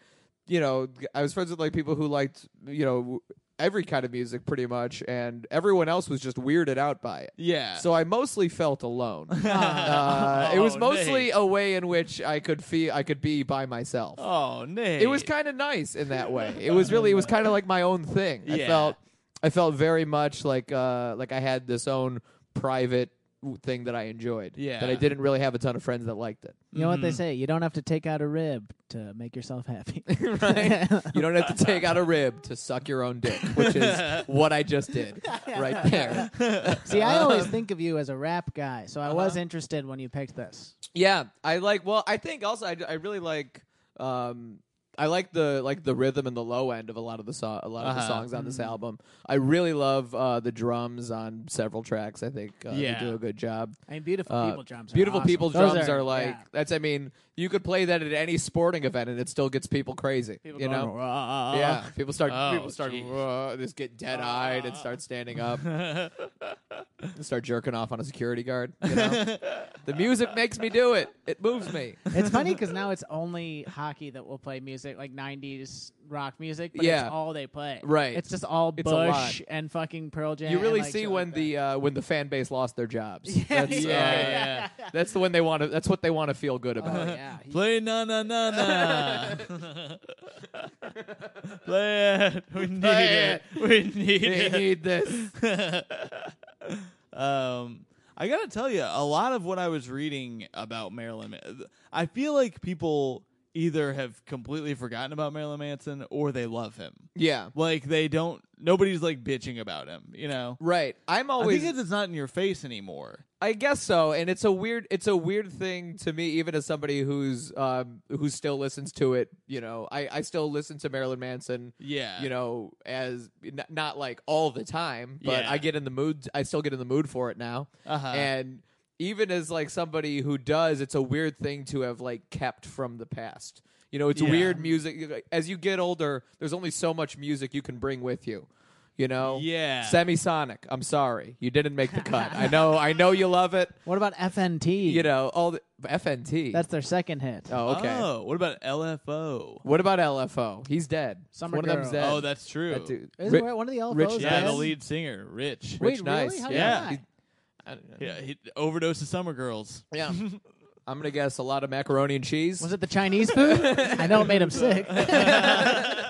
S3: you know, I was friends with like people who liked you know every kind of music pretty much, and everyone else was just weirded out by it.
S1: Yeah.
S3: So I mostly
S1: [laughs]
S3: felt alone. Uh, it was
S1: Oh,
S3: mostly
S1: Nate.
S3: a way in which I could feel I could be by myself.
S1: oh, Nate.
S3: It was kind of nice in that way.
S1: [laughs]
S3: It was really it was kind of like my own thing.
S1: Yeah.
S3: I felt I felt very much like uh like I had this own private w- thing that I enjoyed.
S1: Yeah.
S3: But I didn't really have a ton of friends that liked it.
S2: You know what
S3: Mm-hmm.
S2: they say? You don't have to take out a rib to make yourself happy. [laughs]
S3: [laughs] Right? you
S1: [laughs]
S3: don't have to take out a rib to suck your own dick, which is what I
S1: [laughs]
S3: just did right there.
S2: See, I always
S3: Uh,
S2: think of you as a rap guy, so I
S3: uh-huh.
S2: was interested when you picked this.
S3: Yeah, I like. Well, I think also I, I really like. Um, I like the like the rhythm and the low end of a lot of the so- a lot of
S1: Uh-huh.
S3: the songs on this album. I really love uh, the drums on several tracks. I think uh,
S1: Yeah.
S3: they do a good job.
S2: I mean, beautiful
S3: Uh,
S2: people drums. Are
S3: beautiful
S2: awesome.
S3: people
S2: Those
S3: drums are, like
S2: yeah.
S3: that's. I mean, you could play that at any sporting event and it still gets people crazy.
S2: People
S3: you
S2: going,
S3: know.
S2: "Rah."
S3: Yeah, people start.
S1: Oh,
S3: people start.
S1: geez.
S3: "Whoa," just get dead eyed and start standing up. and start jerking off on a security guard. You know? the music makes me do it. It moves me.
S2: [laughs] It's
S3: [laughs]
S2: funny because now it's only hockey that will play music like '90s rock music, but
S3: Yeah.
S2: it's all they play.
S3: Right.
S2: It's just all
S3: It's a lot.
S2: Bush and fucking Pearl Jam.
S3: you really
S2: and, like,
S3: see
S2: shit
S3: when
S2: like that.
S3: the uh, when the fan base lost their jobs. that's,
S1: [laughs] Yeah,
S3: uh,
S1: yeah. Uh-huh.
S3: that's the one they want to. That's what they want to feel good about. [laughs]
S2: Oh, yeah.
S1: Play na na na na. Play it. We need
S3: Play
S1: it. We need
S3: They
S1: it.
S3: need this.
S1: [laughs] um, I gotta tell you, a lot of what I was reading about Marilyn, Ma- I feel like people either have completely forgotten about Marilyn Manson or they love him.
S3: Yeah,
S1: Like they don't. Nobody's like bitching about him. You know.
S3: right. I'm
S1: I
S3: always.
S1: think it's, it's not in your face anymore.
S3: I guess so, and it's a weird. It's a weird thing to me, even as somebody who's um who still listens to it. You know, I I still listen to Marilyn Manson.
S1: Yeah.
S3: You know, as n- not like all the time, but
S1: Yeah.
S3: I get in the mood. I still get in the mood for it now.
S1: Uh-huh.
S3: And even as like somebody who does, it's a weird thing to have like kept from the past. You know, it's
S1: Yeah.
S3: weird music. As you get older, there's only so much music you can bring with you. You know,
S1: Yeah.
S3: Semisonic. I'm sorry, you didn't make the cut. I know, I know you
S1: [laughs]
S3: love it.
S2: What about FNT?
S3: You know, all the, FNT.
S2: that's their second hit.
S3: oh, okay.
S1: Oh, what about LFO?
S3: What about LFO? He's dead.
S2: Summer
S3: One of them's
S2: Girl.
S3: dead.
S1: Oh, that's true.
S3: That dude.
S2: Is
S3: Ri-
S2: it one of the LFOs?
S3: Rich-
S1: yeah, the
S2: band?
S1: lead singer, Rich.
S2: Wait,
S3: Rich
S2: really?
S3: Nice.
S2: How
S1: Yeah.
S2: Did
S3: I don't know.
S1: Yeah, he overdose of summer girls.
S3: [laughs] Yeah. I'm gonna guess a lot of macaroni and cheese.
S2: Was it the Chinese
S3: [laughs]
S2: food? I know it made him sick.
S1: [laughs]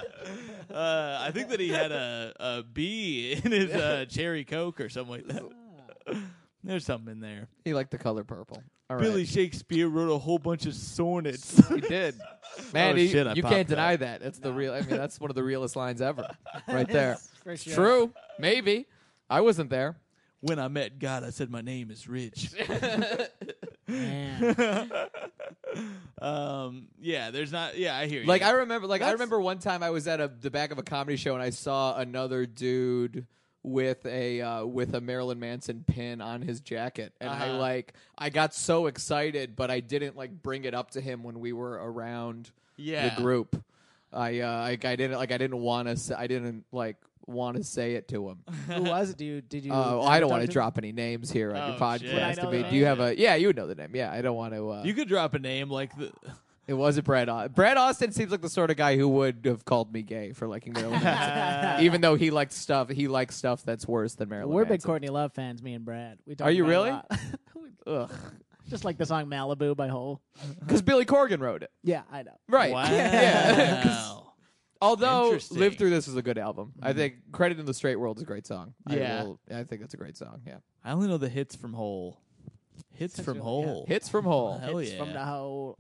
S1: Uh, I think that he had a, a bee in his uh, cherry coke or something like that. There's something in there.
S3: He liked the color purple. Ah. All right.
S1: Billy Shakespeare wrote a whole bunch of
S3: [laughs]
S1: sonnets.
S3: He did.
S1: [laughs] Oh,
S3: Man, he-
S1: shit, I
S3: you
S1: popped
S3: can't deny
S1: that.
S3: that. That's the real. I mean, that's one of the realest lines ever,
S1: [laughs]
S3: right there.
S2: For
S3: It's
S2: sure.
S3: True. Maybe I wasn't there.
S1: when I met God, I said my name is
S3: [laughs]
S1: Rich.
S2: Man.
S1: um, yeah, there's not. Yeah, I hear you.
S3: Like I remember. Like I
S1: That's-
S3: remember one time I was at a, the back of a comedy show and I saw another dude with a uh, with a Marilyn Manson pin on his jacket, and I
S1: Uh-huh.
S3: like I got so excited, but I didn't like bring it up to him when we were around.
S1: yeah.
S3: the group. I uh, like I didn't like I didn't want to I didn't like want to say it
S1: [laughs]
S3: to him.
S2: [laughs] Who was it? Dude, did you?
S3: Uh, I don't want to
S2: talk
S3: drop any names here on your
S1: Oh, shit.
S3: podcast.
S2: Would I know
S3: I mean,
S2: the
S3: do you have
S1: name?
S3: a yeah? You would know the name. Yeah, I don't want to. Uh,
S1: You could drop a name like the.
S3: it wasn't Brad. Au- Brad Austin seems like the sort of guy who would have called me gay for liking
S1: [laughs]
S3: Marilyn Manson, even though he liked stuff. He likes stuff that's worse than Marilyn.
S2: We're big
S3: Manson.
S2: Courtney Love fans, me and Brad. We talk
S3: Are you
S2: about it a
S3: really?
S2: lot. [laughs]
S3: Ugh,
S2: Just like the song Malibu by Hole.
S3: because Billy Corgan wrote it, [laughs]
S2: Yeah, I know.
S3: right?
S1: Wow.
S3: Yeah, 'Cause Although
S1: Interesting. Mm-hmm.
S3: Live Through This is a good album. I think Credit in the Straight World is a great song.
S1: Yeah.
S3: I, will, I think that's a great song. Yeah.
S1: I only know the hits from Hole. Hits from
S2: Essentially, yeah.
S1: Hole.
S3: Hits from Hole.
S1: Hell
S2: It's
S1: yeah.
S2: From the
S1: [laughs]
S2: whole.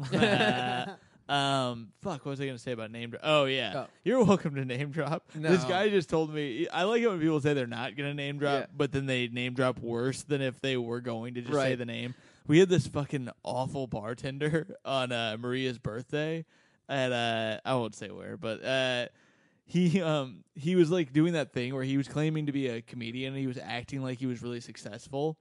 S1: um, fuck, what was I gonna say about name drop? Oh yeah,
S3: Oh.
S1: you're welcome to name drop. This
S3: No.
S1: guy just told me. I like it when people say they're not gonna name drop,
S3: Yeah.
S1: but then they name drop worse than if they were going to just say
S3: Right.
S1: the name. We had this fucking awful bartender [laughs] on uh, Maria's birthday at uh, I won't say where, but uh. He um he was like doing that thing where he was claiming to be a comedian and he was acting like he was really successful.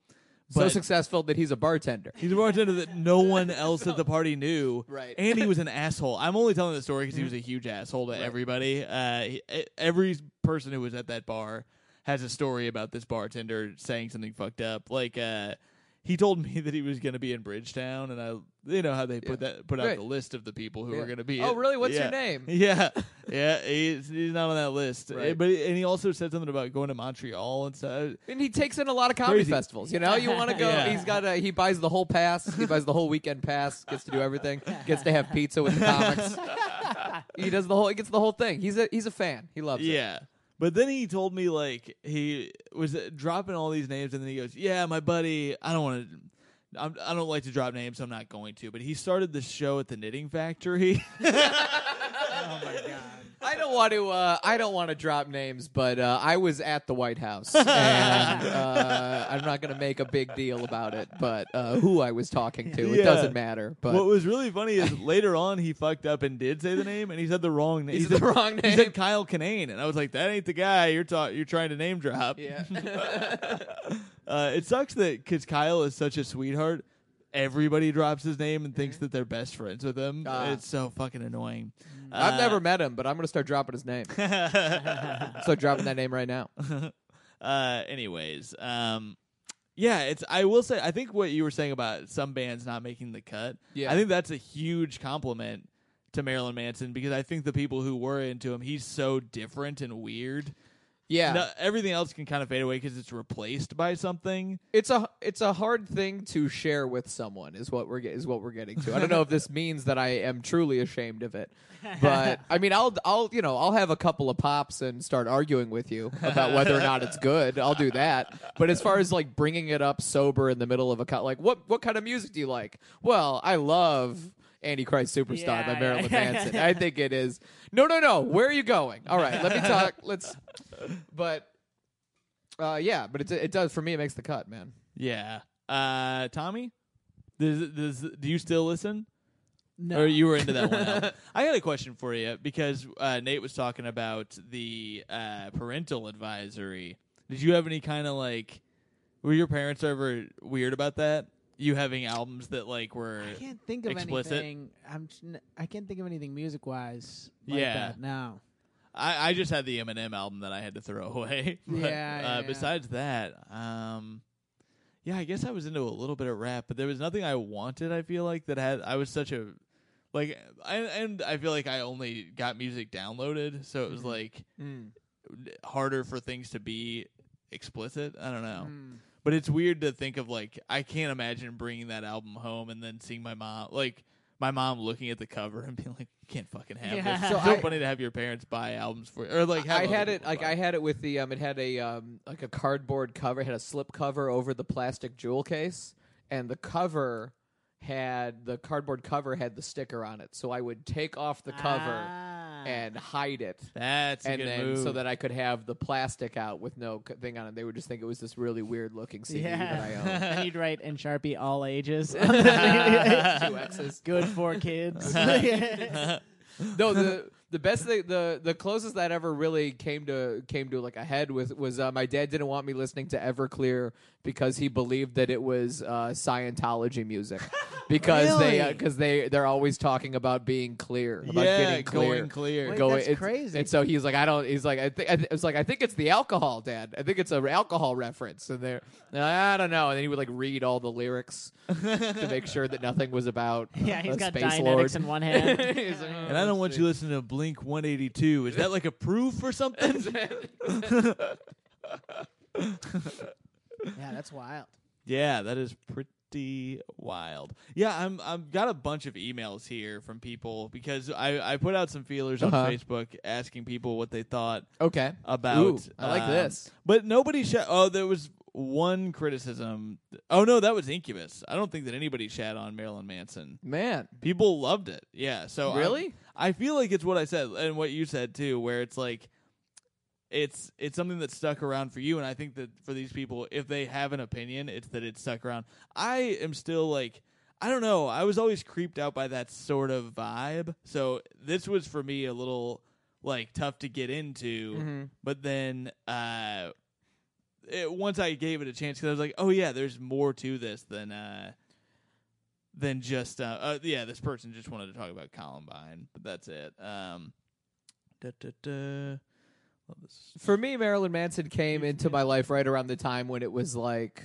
S3: so
S1: but-
S3: successful that he's a bartender.
S1: He's a bartender that no one else at the party knew.
S3: Right. Mm-hmm.
S1: And he was an asshole. I'm only telling the story because he was a huge asshole to everybody. Uh, he- e- every person who was at that bar has a story about this bartender saying something fucked up. Like, uh, he told me [laughs] that he was going to be in Bridgetown, and I, you know how they put that put out
S3: Right.
S1: the list of the people who
S3: Yeah.
S1: are going to be.
S3: Oh,
S1: at-
S3: really? What's your
S1: yeah.
S3: name?
S1: [laughs] Yeah, yeah. He's, he's not on that list.
S3: Right.
S1: Uh, But and he also said something about going to Montreal and stuff.
S3: And he takes in a lot of comedy
S1: Crazy.
S3: festivals. You know, you
S1: [laughs]
S3: want to go.
S1: Yeah.
S3: He's got a. He buys the whole pass. He buys the whole weekend pass. Gets to do everything. Gets to have pizza with the
S1: [laughs]
S3: comics. he does the whole. He gets the whole thing. He's a. He's a fan. He loves it.
S1: Yeah. But then he told me like he was uh, dropping all these names, and then he goes, "Yeah, my buddy. I don't want to. I'm, I don't like to drop names. so I'm not going to." But he started the show at the Knitting Factory. [laughs]
S2: Oh my god.
S3: I don't want to. Uh, I don't want to drop names, but uh, I was at the White House, and uh, I'm not going to make a big deal about it. But uh, who I was talking to,
S1: Yeah.
S3: it doesn't matter. But
S1: what was really funny is later on he fucked up and did say the name, and he said the wrong name.
S3: He
S1: He
S3: said
S1: said
S3: the wrong
S1: He
S3: name.
S1: said Kyle Kinane, and I was like, "That ain't the guy you're ta- you're trying to name drop."
S3: yeah,
S1: [laughs] Uh, it sucks that because Kyle is such a sweetheart, everybody drops his name and thinks that they're best friends with him.
S3: Mm-hmm. Ah.
S1: it's so fucking annoying.
S3: I've
S1: Uh,
S3: never met him, but I'm going to start dropping his name.
S1: [laughs]
S3: start dropping that name right now.
S1: uh anyways um yeah it's i will say i think what you were saying about some bands not making the cut
S3: Yeah.
S1: i think that's a huge compliment to marilyn manson because i think the people who were into him he's so different and weird
S3: Yeah,
S1: No- everything else can kind of fade away because it's replaced by something
S3: it's a it's a hard thing to share with someone is what we're get, is what we're getting to. I don't know
S2: [laughs]
S3: if this means that I am truly ashamed of it, but I mean I'll I'll you know I'll have a couple of pops and start arguing with you about whether or not it's good. I'll do that, but as far as like bringing it up sober in the middle of a co- like what what kind of music do you like? Well, I love. Antichrist Superstar
S2: Yeah,
S3: by Marilyn
S2: yeah. [laughs]
S3: Manson. I think it is. No, no, no. Where are you going? All right, let me talk. Let's. But, uh, yeah. But it it does for me. It makes the cut, man.
S1: yeah uh tommy does, does, do you still listen
S2: [laughs] No.
S1: Or you were into that one. Al. [laughs] I had a question for you because uh, Nate was talking about the uh, parental advisory. Did you have any kind of like? Were your parents ever weird about that? You having albums that like were
S2: I can't think of
S1: explicit?
S2: anything. I'm. j- n- I can't think of anything music wise. Like
S1: Yeah.
S2: That now.
S1: I, I just had the Eminem album that I had to throw [laughs] away. But,
S2: Yeah,
S1: uh,
S2: yeah, yeah.
S1: Besides that, um, yeah, I guess I was into a little bit of rap, but there was nothing I wanted. I feel like that had I was such a like, I, and I feel like I only got music downloaded, so it was
S2: Mm-hmm.
S1: like harder for things to be explicit. I don't know.
S3: Hmm.
S1: But it's weird to think of like I can't imagine bringing that album home and then seeing my mom like my mom looking at the cover and being like, "Can't fucking have
S2: Yeah.
S1: this."
S2: So
S1: It's so
S3: I-
S1: funny to have your parents buy albums for you, or like have
S3: I
S1: other
S3: had it
S1: people
S3: like
S1: buy
S3: I had it with the um it had a um like a cardboard cover, it had a slip cover over the plastic jewel case and the cover had the cardboard cover had the sticker on it. So I would take off the cover
S2: Ah.
S3: and hide it.
S1: That's a
S3: and
S1: good
S3: then
S1: move.
S3: so that I could have the plastic out with no c- thing on it. They would just think it was this really weird looking
S2: [laughs]
S3: CD that
S2: Yeah. I need write in Sharpie all
S3: [laughs]
S2: ages. [laughs]
S3: I own. Two X's.
S2: Good for
S3: [laughs]
S2: kids.
S3: no,
S2: [laughs]
S3: the the best thing, the the closest that ever really came to came to like a head with was uh, my dad didn't want me listening to Everclear because he believed that it was uh,
S2: [laughs]
S3: Scientology music because they
S2: Really?
S3: because they they're always talking about being clear about
S1: yeah,
S3: getting clear.
S1: going clear.
S2: Wait,
S3: Going-
S2: that's
S3: it's-
S2: crazy.
S3: And so he's like, I don't. He's like, I think. I th- it's like, I think it's the alcohol, Dad. I think it's an alcohol reference. And they're, I don't know. And then he would like read all
S2: [laughs]
S3: the lyrics to make sure that nothing was about.
S2: [laughs] yeah,
S3: he's
S2: he's got
S3: space
S2: Dianetics
S3: lord. [laughs]
S2: in one hand.
S3: He's like,
S1: and I don't want you listening to Blink 182. Is that like a proof or
S3: [laughs]
S1: something?
S2: yeah, that's wild.
S1: yeah, that is pretty pretty wild. Yeah, I'm I've got a bunch of emails here from people because I I put out some feelers
S3: Uh-huh.
S1: on Facebook asking people what they thought
S3: Okay.
S1: about.
S3: Ooh, I like
S1: um,
S3: this.
S1: but nobody. Sh- oh, there was one criticism. Oh no, that was Incubus. I don't think that anybody shat on Marilyn Manson.
S3: Man.
S1: People loved it. Yeah. So I'm-
S3: Really?
S1: I feel like it's what I said and what you said too, where it's like it's it's something that stuck around for you, and I think that for these people, if they have an opinion, it's that it stuck around. I am still like I don't know. I was always creeped out by that sort of vibe, so this was for me a little like tough to get into.
S3: Mhm.
S1: But then uh, it, once I gave it a chance, because I was like, oh yeah, there's more to this than uh, than just uh, uh, yeah. This person just wanted to talk about Columbine, but that's it. Um, da, da, da. Love this.
S3: For me, Marilyn Manson came into my life right around the time when it was like,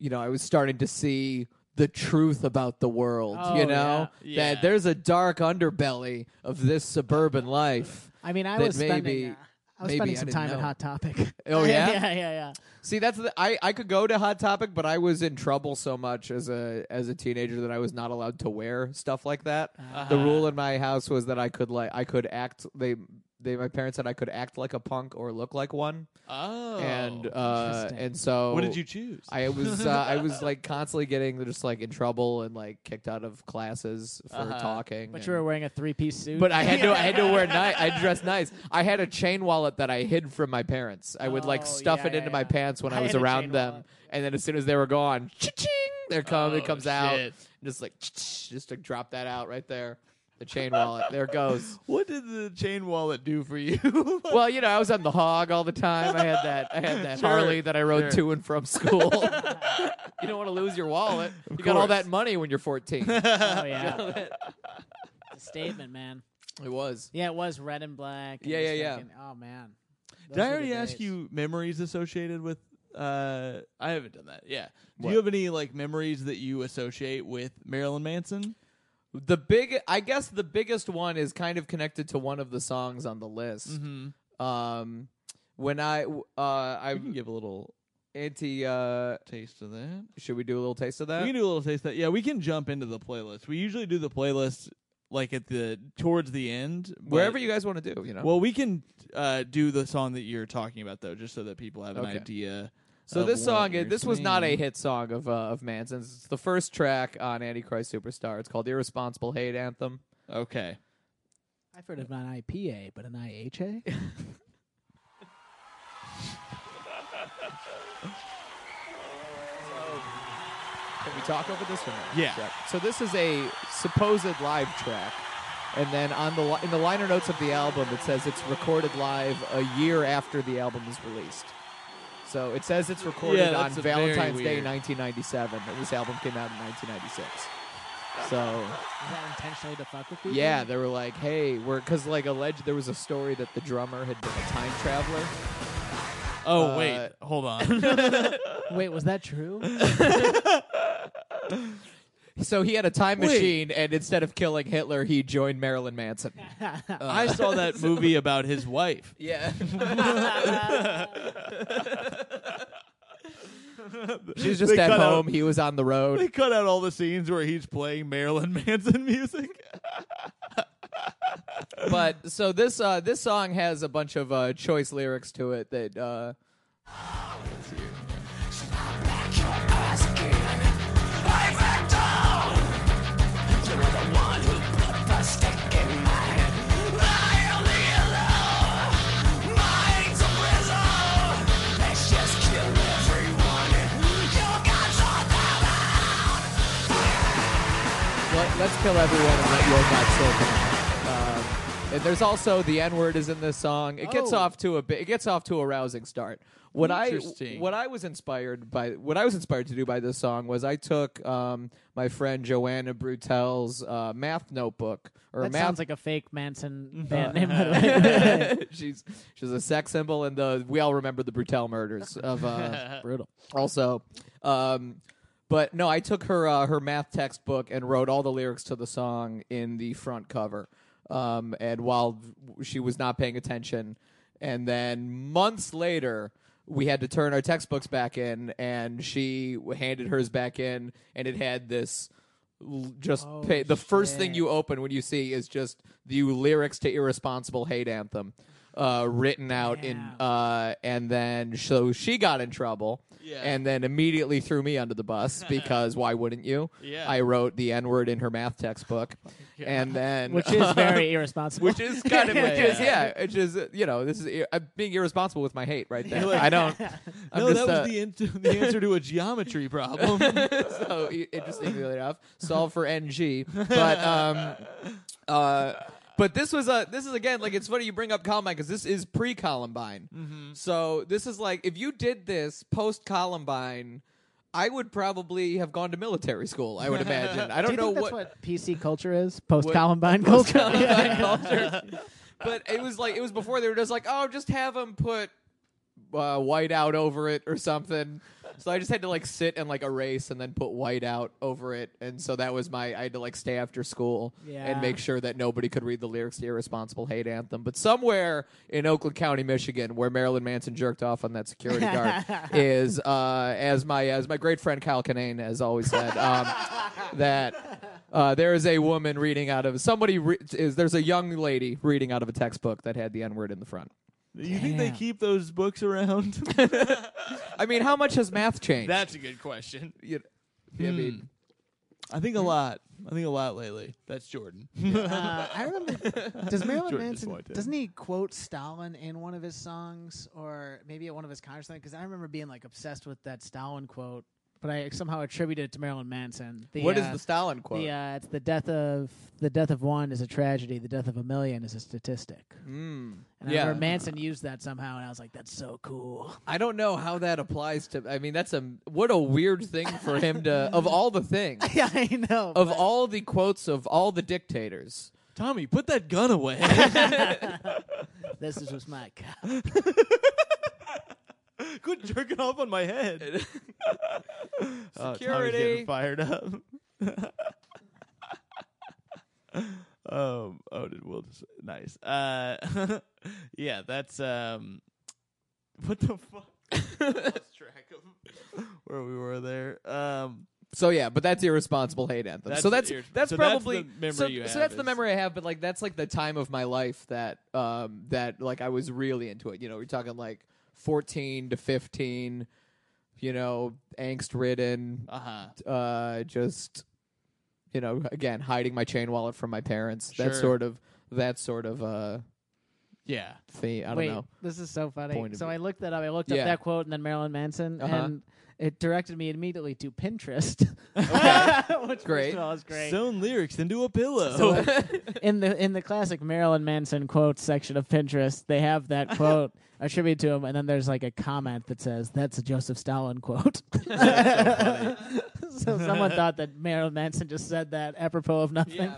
S3: you know, I was starting to see the truth about the world,
S2: Oh,
S3: you know?
S1: yeah. Yeah.
S3: That there's a dark underbelly of this suburban life.
S2: I mean, I
S3: That
S2: was spending.
S3: maybe-
S2: uh, I was
S3: maybe
S2: spending
S3: I
S2: some
S3: didn't
S2: time at
S3: know.
S2: Hot Topic.
S3: [laughs] Oh, yeah?
S2: [laughs] yeah, yeah, yeah.
S3: See, that's the, I I could go to Hot Topic, but I was in trouble so much as a as a teenager that I was not allowed to wear stuff like that. The
S1: Ah.
S3: rule in my house was that I could like I could act they they my parents said I could act like a punk or look like one,
S1: Oh,
S3: and uh,
S2: interesting.
S3: and so
S1: what did you choose? [laughs]
S3: I was uh, I was like constantly getting just like in trouble and like kicked out of classes for
S1: Uh-huh.
S3: talking.
S2: But
S3: and-
S2: you were wearing a three-piece suit.
S3: but I had to I had
S2: [laughs]
S3: to wear nice. I dressed nice. I had a chain wallet that I hid from my parents. I would
S2: Oh,
S3: like stuff
S2: yeah,
S3: it into
S2: yeah,
S3: my
S2: yeah.
S3: pants when I,
S2: I
S3: was
S2: had a
S3: around
S2: chain
S3: them,
S2: wallet.
S3: and then as soon as they were gone, ching, there come
S1: Oh,
S3: it comes out,
S1: shit.
S3: and just like just to drop that out right there, the chain wallet. There it
S1: Oh, [laughs]
S3: goes.
S1: what did the chain wallet do for you? [laughs]
S3: Well, you know, I was on the hog all the time. I had that. I had that
S1: Sure,
S3: Harley that I rode
S1: sure.
S3: to and from [laughs] school. you don't want to lose your wallet. you got all
S1: course.
S3: that money when you're [laughs] 14. it
S2: Oh yeah.
S3: [laughs]
S2: It's a statement, man.
S3: was.
S2: Yeah, it was red and black. and
S3: Yeah,
S2: just
S3: yeah, yeah.
S2: fucking- Oh man.
S1: Did
S2: Those
S1: I
S2: were the
S1: already ask
S2: days.
S1: you memories associated with? Uh, I haven't done that. Yeah. Do
S3: What?
S1: you have any like memories that you associate with Marilyn Manson?
S3: The big, I guess, the biggest one is kind of connected to one of the songs on the list.
S1: Mm-hmm.
S3: Um, when I, uh,
S1: I
S3: I
S1: can give a little
S3: anti. Uh,
S1: taste of that.
S3: should we do a little taste of that?
S1: we can do a little taste of that. Yeah, we can jump into the playlist. We usually do the playlist like at the towards the end, but-
S3: Wherever you guys want to do, you know.
S1: Well, we can uh, do the song that you're talking about though, just so that people have an
S3: Okay.
S1: idea.
S3: so
S1: of
S3: this
S1: what
S3: song,
S1: you're
S3: this was not a
S1: saying.
S3: hit song of uh, of Manson's. It's the first track on Antichrist Superstar. It's called Irresponsible Hate Anthem.
S1: Okay.
S2: I've heard of an IPA, but an
S3: [laughs]
S2: IHA?
S3: Can we talk over this one?
S1: Yeah.
S3: So this is a supposed live track, and then on the li- in the liner notes of the album, it says it's recorded live a year after the album is released. So it says it's recorded
S1: Yeah,
S3: on
S1: that's a very
S3: Valentine's Day,
S1: weird-
S3: 1997, and this album came out in 1996.
S1: [laughs]
S3: So
S2: Is that intentionally to fuck with people?
S3: yeah, they were like, "Hey, we're because like alleged there was a story that the drummer had been a time traveler."
S1: Oh
S3: Uh,
S1: wait, hold
S3: [laughs]
S1: on. [laughs]
S2: Wait, was that true?
S3: So he had a time
S1: Wait.
S3: machine, and instead of killing Hitler, he joined Marilyn Manson.
S1: I saw
S3: [laughs]
S1: that movie about his wife. [laughs]
S3: Yeah. She's just
S1: They
S3: at
S1: cut out-
S3: home. He was on the
S1: They
S3: road.
S1: cut out all the scenes where he's playing Marilyn Manson [laughs] music.
S3: But so this uh, this song has a bunch of uh, choice lyrics to it that uh, let, let's kill everyone and let your God save him. Um, and there's also the N word is in this song. It gets
S2: Oh.
S3: off to a bi- it gets off to a rousing start. What I
S1: Interesting.
S3: what I was inspired by what I was inspired to do by this song was I took um, my friend Joanna Brutel's uh, math notebook or
S2: that
S3: math
S2: sounds like a fake
S3: [laughs]
S2: Manson band name. [laughs] by the way.
S3: she's she's a sex symbol, and the we all remember the Brutel murders of uh,
S2: [laughs] Brutal.
S3: also. Um, but no, I took her uh, her math textbook and wrote all the lyrics to the song in the front cover. Um, and while she was not paying attention, and then months later, we had to turn our textbooks back in, and she w- handed hers back in, and it had this. l- Just
S2: Oh,
S3: pay, the first thing
S2: shit.
S3: you open when you see is just the lyrics to "Irresponsible Hate Anthem," uh, written out in,
S2: Damn.
S3: uh, and then so she got in trouble,
S1: Yeah.
S3: and then immediately threw me under
S1: [laughs]
S3: the bus because why wouldn't you?
S1: Yeah. Oh
S3: I wrote the N word in her math
S1: [laughs]
S3: textbook, and then
S2: which
S3: [laughs]
S2: is very irresponsible.
S3: which
S2: [laughs]
S3: is kind of which is
S1: Yeah.
S3: yeah, which is uh, you know this is ir- I'm being irresponsible with my hate
S1: [laughs]
S3: right there. I don't. I'm
S1: no,
S3: just,
S1: that was
S3: uh,
S1: the, answer, the answer to a
S3: [laughs]
S1: geometry problem.
S3: so i- interestingly enough, solve for ng. But um, uh, but this was a this is again like it's funny you bring up Columbine because this is pre Columbine. So this is like if you did this post Columbine. I would probably have gone to military school. I would imagine. I
S2: Do
S3: don't
S2: you
S3: know
S2: think that's
S3: what,
S2: what PC culture [laughs] is? Post Columbine culture. [laughs]
S3: [laughs] Columbine culture. But it was like it was before they were just like, oh, just have them put uh, white out over it or something. So I just had to like sit and like erase and then put white out over it, and so that was my I had to like stay after school
S2: Yeah.
S3: and make sure that nobody could read the lyrics to "Irresponsible Hate Anthem." But somewhere in Oakland County, Michigan, where Marilyn Manson jerked off on that security guard, is uh, as my as my great friend Kyle Kinane has always said. Um, that uh, there is a woman reading out of somebody re- is there's a young lady reading out of a textbook that had the N word in the front.
S1: you think they
S2: Damn.
S1: keep those books around?
S3: [laughs] I mean, how much has math changed?
S1: That's a good question.
S3: You- I mean,
S1: Hmm. I think a lot. I think a lot lately. That's Jordan.
S2: Uh, I
S3: [laughs]
S2: remember. Does
S1: Jordan
S2: Marilyn
S1: just
S2: Manson
S1: walked in.
S2: doesn't he quote Stalin in one of his songs, or maybe at one of his concerts? Because I remember being like obsessed with that Stalin quote, but I somehow attributed it to Marilyn Manson.
S1: Hmm.
S2: The,
S3: what is
S2: uh,
S3: the Stalin quote?
S2: The, uh, it's the death of the death of one is a tragedy. The death of a million is a statistic.
S3: Mm.
S2: And I
S3: Yeah.
S2: remember Manson used that somehow, and I was like, "That's so cool." [laughs]
S3: I don't know how that applies to. I mean, that's a what a weird thing for him to of all the things
S2: yeah, I know.
S3: of
S2: but-
S3: all the quotes of all the dictators.
S1: Tommy, put that gun away. [laughs]
S2: this is
S3: [laughs]
S2: just my cock.
S1: Quit jerking off on my head. [laughs] Oh, Tommy's
S3: Security.
S1: getting fired up. [laughs] um. Oh, did Will just nice? Uh. [laughs] yeah, that's um. What the [laughs] fuck? Lost track of where we were there. Um.
S3: So yeah, but that's irresponsible hate anthem.
S1: That's
S3: so that's
S1: irresp-
S3: that's
S1: so that's
S3: probably
S1: the memory
S3: so,
S1: you
S3: so
S1: have
S3: that's the
S1: is-
S3: memory I have. But like that's like the time of my life that um that like I was really into it. You know, we're talking like fourteen to fifteen. You know, angst ridden.
S1: Uh huh.
S3: Uh, just you know, again hiding my chain wallet from my parents.
S1: Sure.
S3: That sort of that sort of uh
S1: Yeah.
S3: thing. I don't
S2: Wait,
S3: know.
S2: This is so funny.
S3: Point of
S2: So
S3: view.
S2: I looked that up. I looked
S3: Yeah.
S2: up that quote and then Marilyn Manson,
S3: Uh-huh.
S2: and it directed me immediately to Pinterest, [laughs] which
S3: Great.
S2: first of all is great.
S1: Sewn lyrics into a pillow.
S3: [laughs]
S2: in the in the classic Marilyn Manson quotes section of Pinterest, they have that quote attributed to him, and then there's like a comment that says, "That's a Joseph Stalin quote." so someone thought that Marilyn Manson just said that apropos of nothing.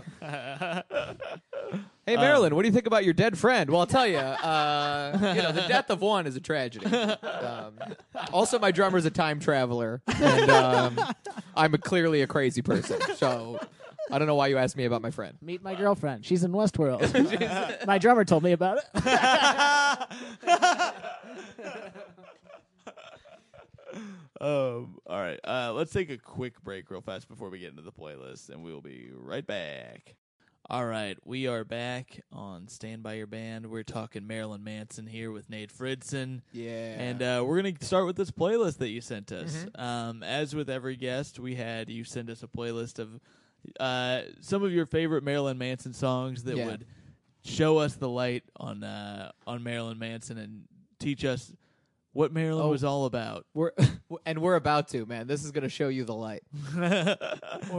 S3: Hey Marilyn, what do you think about your dead friend? Well, I'll tell you. Uh, you know, [laughs] the death of one is a tragedy. Um, also, my drummer's a time traveler, and um, I'm a, clearly a crazy person. So I don't know why you asked me about my friend.
S2: Meet my girlfriend. She's in Westworld. my drummer told me about it.
S1: Um, all right. Uh, let's take a quick break real fast before we get into the playlist, and we'll be right back. All right, we are back on Stand By Your Band. We're talking Marilyn Manson here with Nate Fridson.
S3: Yeah.
S1: And uh, we're going to start with this playlist that you sent us.
S3: Mm-hmm.
S1: Um, as with every guest, we had you send us a playlist of uh, some of your favorite Marilyn Manson songs that
S3: Yeah.
S1: would show us the light on uh, on Marilyn Manson and teach us what Marilyn
S3: Oh.
S1: was all about.
S3: we're [laughs] and we're about to man. This is going to show you the light.
S2: Or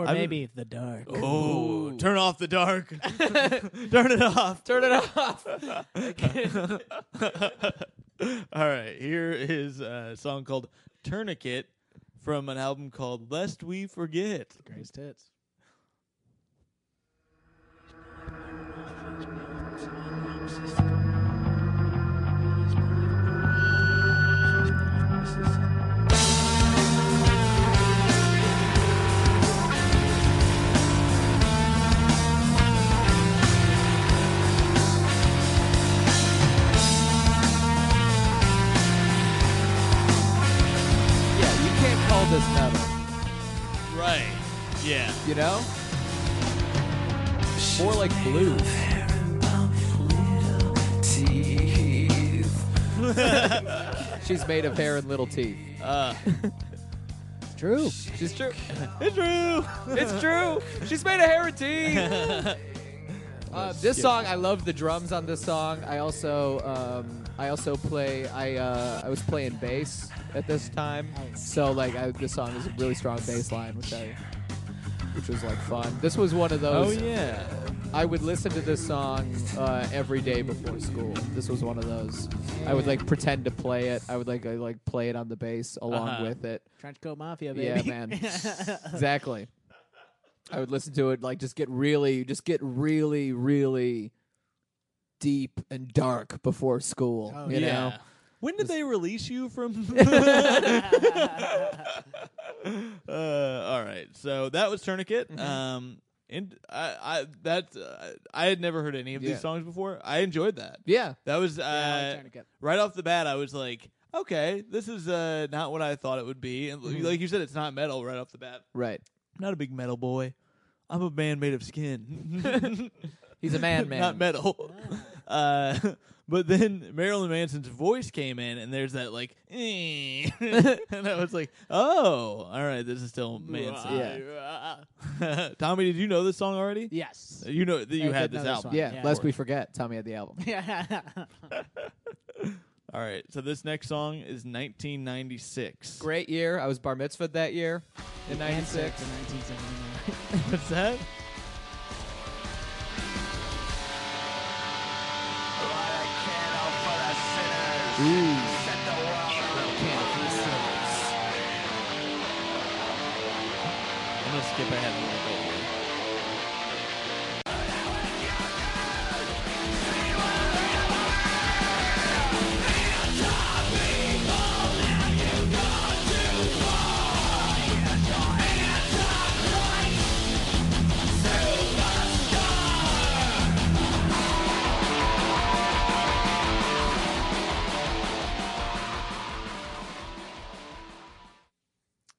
S1: I'm-
S2: maybe the dark.
S1: Oh, turn off the [laughs] dark. turn it off.
S3: Turn it off.
S1: All right, here is a song called Tourniquet from an album called Lest We Forget.
S2: Greatest hits.
S4: Thank
S3: love this metal.
S1: Right. Yeah.
S3: You know, more like [laughs] blues. She's made of hair and little teeth.
S2: It's true.
S3: Uh. She's true.
S1: It's true.
S3: It's true. She's made of hair
S1: [laughs]
S3: and teeth. Uh, this song, I love the drums on this song. I also, um, I also play. I uh, I was playing bass at this time, so like I, this song is a really strong bass line, which I, which was like fun. This was one of
S1: Oh
S3: those.
S1: yeah.
S3: I would listen to this song uh, every day before school. This was one of those. I would like pretend to play it. I would like I, like play it on the bass along
S1: Uh-huh.
S3: with it.
S2: Trenchcoat Mafia, baby.
S3: Yeah,
S2: [laughs]
S3: man. exactly. I would listen to it like just get really just get really really deep and dark before school,
S2: Oh,
S3: you
S1: yeah.
S3: know.
S1: When did they release you
S3: [laughs]
S1: from? [laughs] uh, all right, so that was Tourniquet.
S3: Mm-hmm.
S1: Um, and I, I that uh, I had never heard any of
S3: Yeah.
S1: these songs before. I enjoyed that.
S3: Yeah.
S1: That was
S2: I like
S1: uh,
S2: Tourniquet.
S1: right off the bat. I was like, okay, this is uh, not what I thought it would be. And
S2: Mm-hmm.
S1: like you said, it's not metal right off the bat.
S3: Right.
S1: I'm not a big metal boy. I'm a man made of
S2: [laughs]
S1: skin.
S3: He's a man man.
S1: not metal. [laughs] Uh,
S2: Ah.
S1: but then Marilyn Manson's voice came in, and there's that like, [laughs] and I was like, oh, all right, this is still Manson. [laughs] Tommy, did you know this song already?
S2: Yes.
S1: You know that you
S2: I
S1: had
S2: did know
S1: this
S2: this
S1: album.
S2: one.
S3: yeah,
S2: Yeah.
S3: lest we forget Tommy had the album.
S2: [laughs] Yeah.
S1: All right, so this next song is 1996.
S3: Great year. I was bar mitzvah that year in 96.
S2: [laughs] Answer to 1979.
S1: What's that? I'm gonna skip ahead a little bit. here.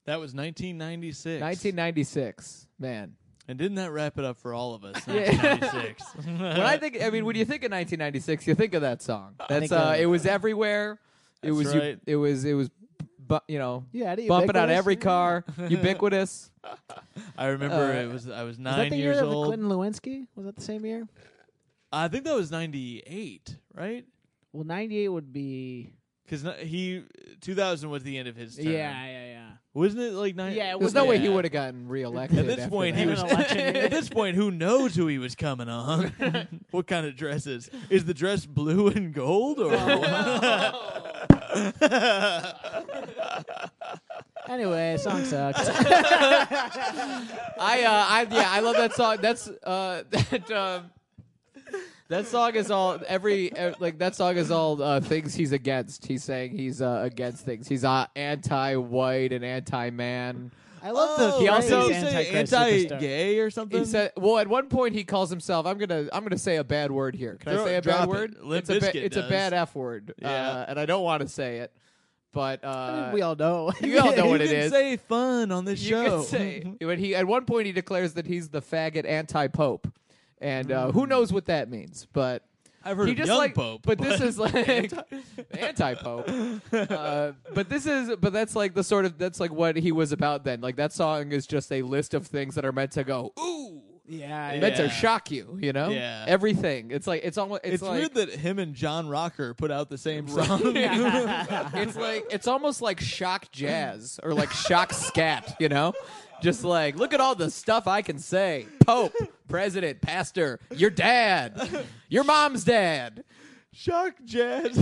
S1: That was 1996.
S3: 1996. Man.
S1: And didn't that wrap it up for all of us?
S3: Yeah.
S1: 1996.
S3: when
S1: Uh,
S3: I think, I mean, when you think of 1996, you think of that song. That's
S2: think
S3: uh,
S2: of-
S3: it was everywhere. It
S1: That's
S3: was
S1: right.
S3: you, it was it was, bu- you know,
S2: Yeah, the
S3: bumping out
S2: ubiquitous-
S1: [laughs]
S3: every car, ubiquitous.
S1: I remember
S3: Uh,
S1: it was I was
S2: Was
S1: nine
S2: that the year
S1: years
S2: of
S1: old.
S2: Clinton Lewinsky? Was that the same year?
S1: I think that was 98, right?
S2: Well, 98 would be.
S1: Because he 2000 was the end of his term.
S2: Yeah, yeah, yeah.
S1: wasn't it like nine?
S2: Yeah, it
S3: There's
S2: was-
S3: no way
S1: Yeah.
S3: he would have gotten reelected.
S1: At this
S3: after
S1: point,
S3: that.
S1: he was.
S2: that. An
S1: [laughs]
S2: election.
S1: at this point, who knows who he was coming on? what kind of dresses? Is the dress blue and gold or?
S2: Anyway, song sucks.
S3: I, uh, I yeah, I love that song. That's uh, [laughs] that um, that song is all every ev- like that song is all uh, things he's against. He's saying he's uh, against things. He's uh, anti-white and anti-man.
S2: I love the.
S1: Oh,
S3: he
S2: phrase
S3: also-
S2: Antichrist superstar.
S1: anti-gay or something.
S3: He said, "Well, at one point he calls himself. I'm gonna, I'm gonna say a bad word here. Can
S1: Throw-
S3: I say a
S1: drop
S3: bad
S1: it.
S3: word?
S1: Limp
S3: it's a,
S1: Bizkit
S3: it's a
S1: does.
S3: bad F word.
S1: Yeah.
S3: Uh, and I don't want to say it, but
S2: I
S3: uh,
S2: think we all know. [laughs]
S3: you all know
S1: you
S3: what it
S1: can
S3: is.
S1: Say fun on this
S3: you
S1: show.
S3: could
S1: [laughs]
S3: say. But he, at one point, he declares that he's the faggot anti-pope, and uh, who knows what that means? But
S1: Mm. I've heard
S3: he
S1: of
S3: just
S1: young
S3: like,
S1: pope,
S3: but, this
S1: [laughs]
S3: is like anti pope. Uh, but this is, but that's like the sort of that's like what he was about then. Like that song is just a list of things that are meant to go ooh,
S2: yeah,
S1: Yeah.
S3: meant to shock you. You know,
S1: Yeah.
S3: everything. It's like it's almost it's,
S1: It's
S3: like.
S1: weird that him and John Rocker put out the same
S3: [laughs]
S1: song. [laughs]
S3: it's like it's almost like shock jazz or like shock scat, you know? Just like look at all the stuff I can say.
S1: [laughs]
S3: Pope, president, pastor, your dad, your mom's dad.
S1: Shock
S3: [laughs]
S1: jazz.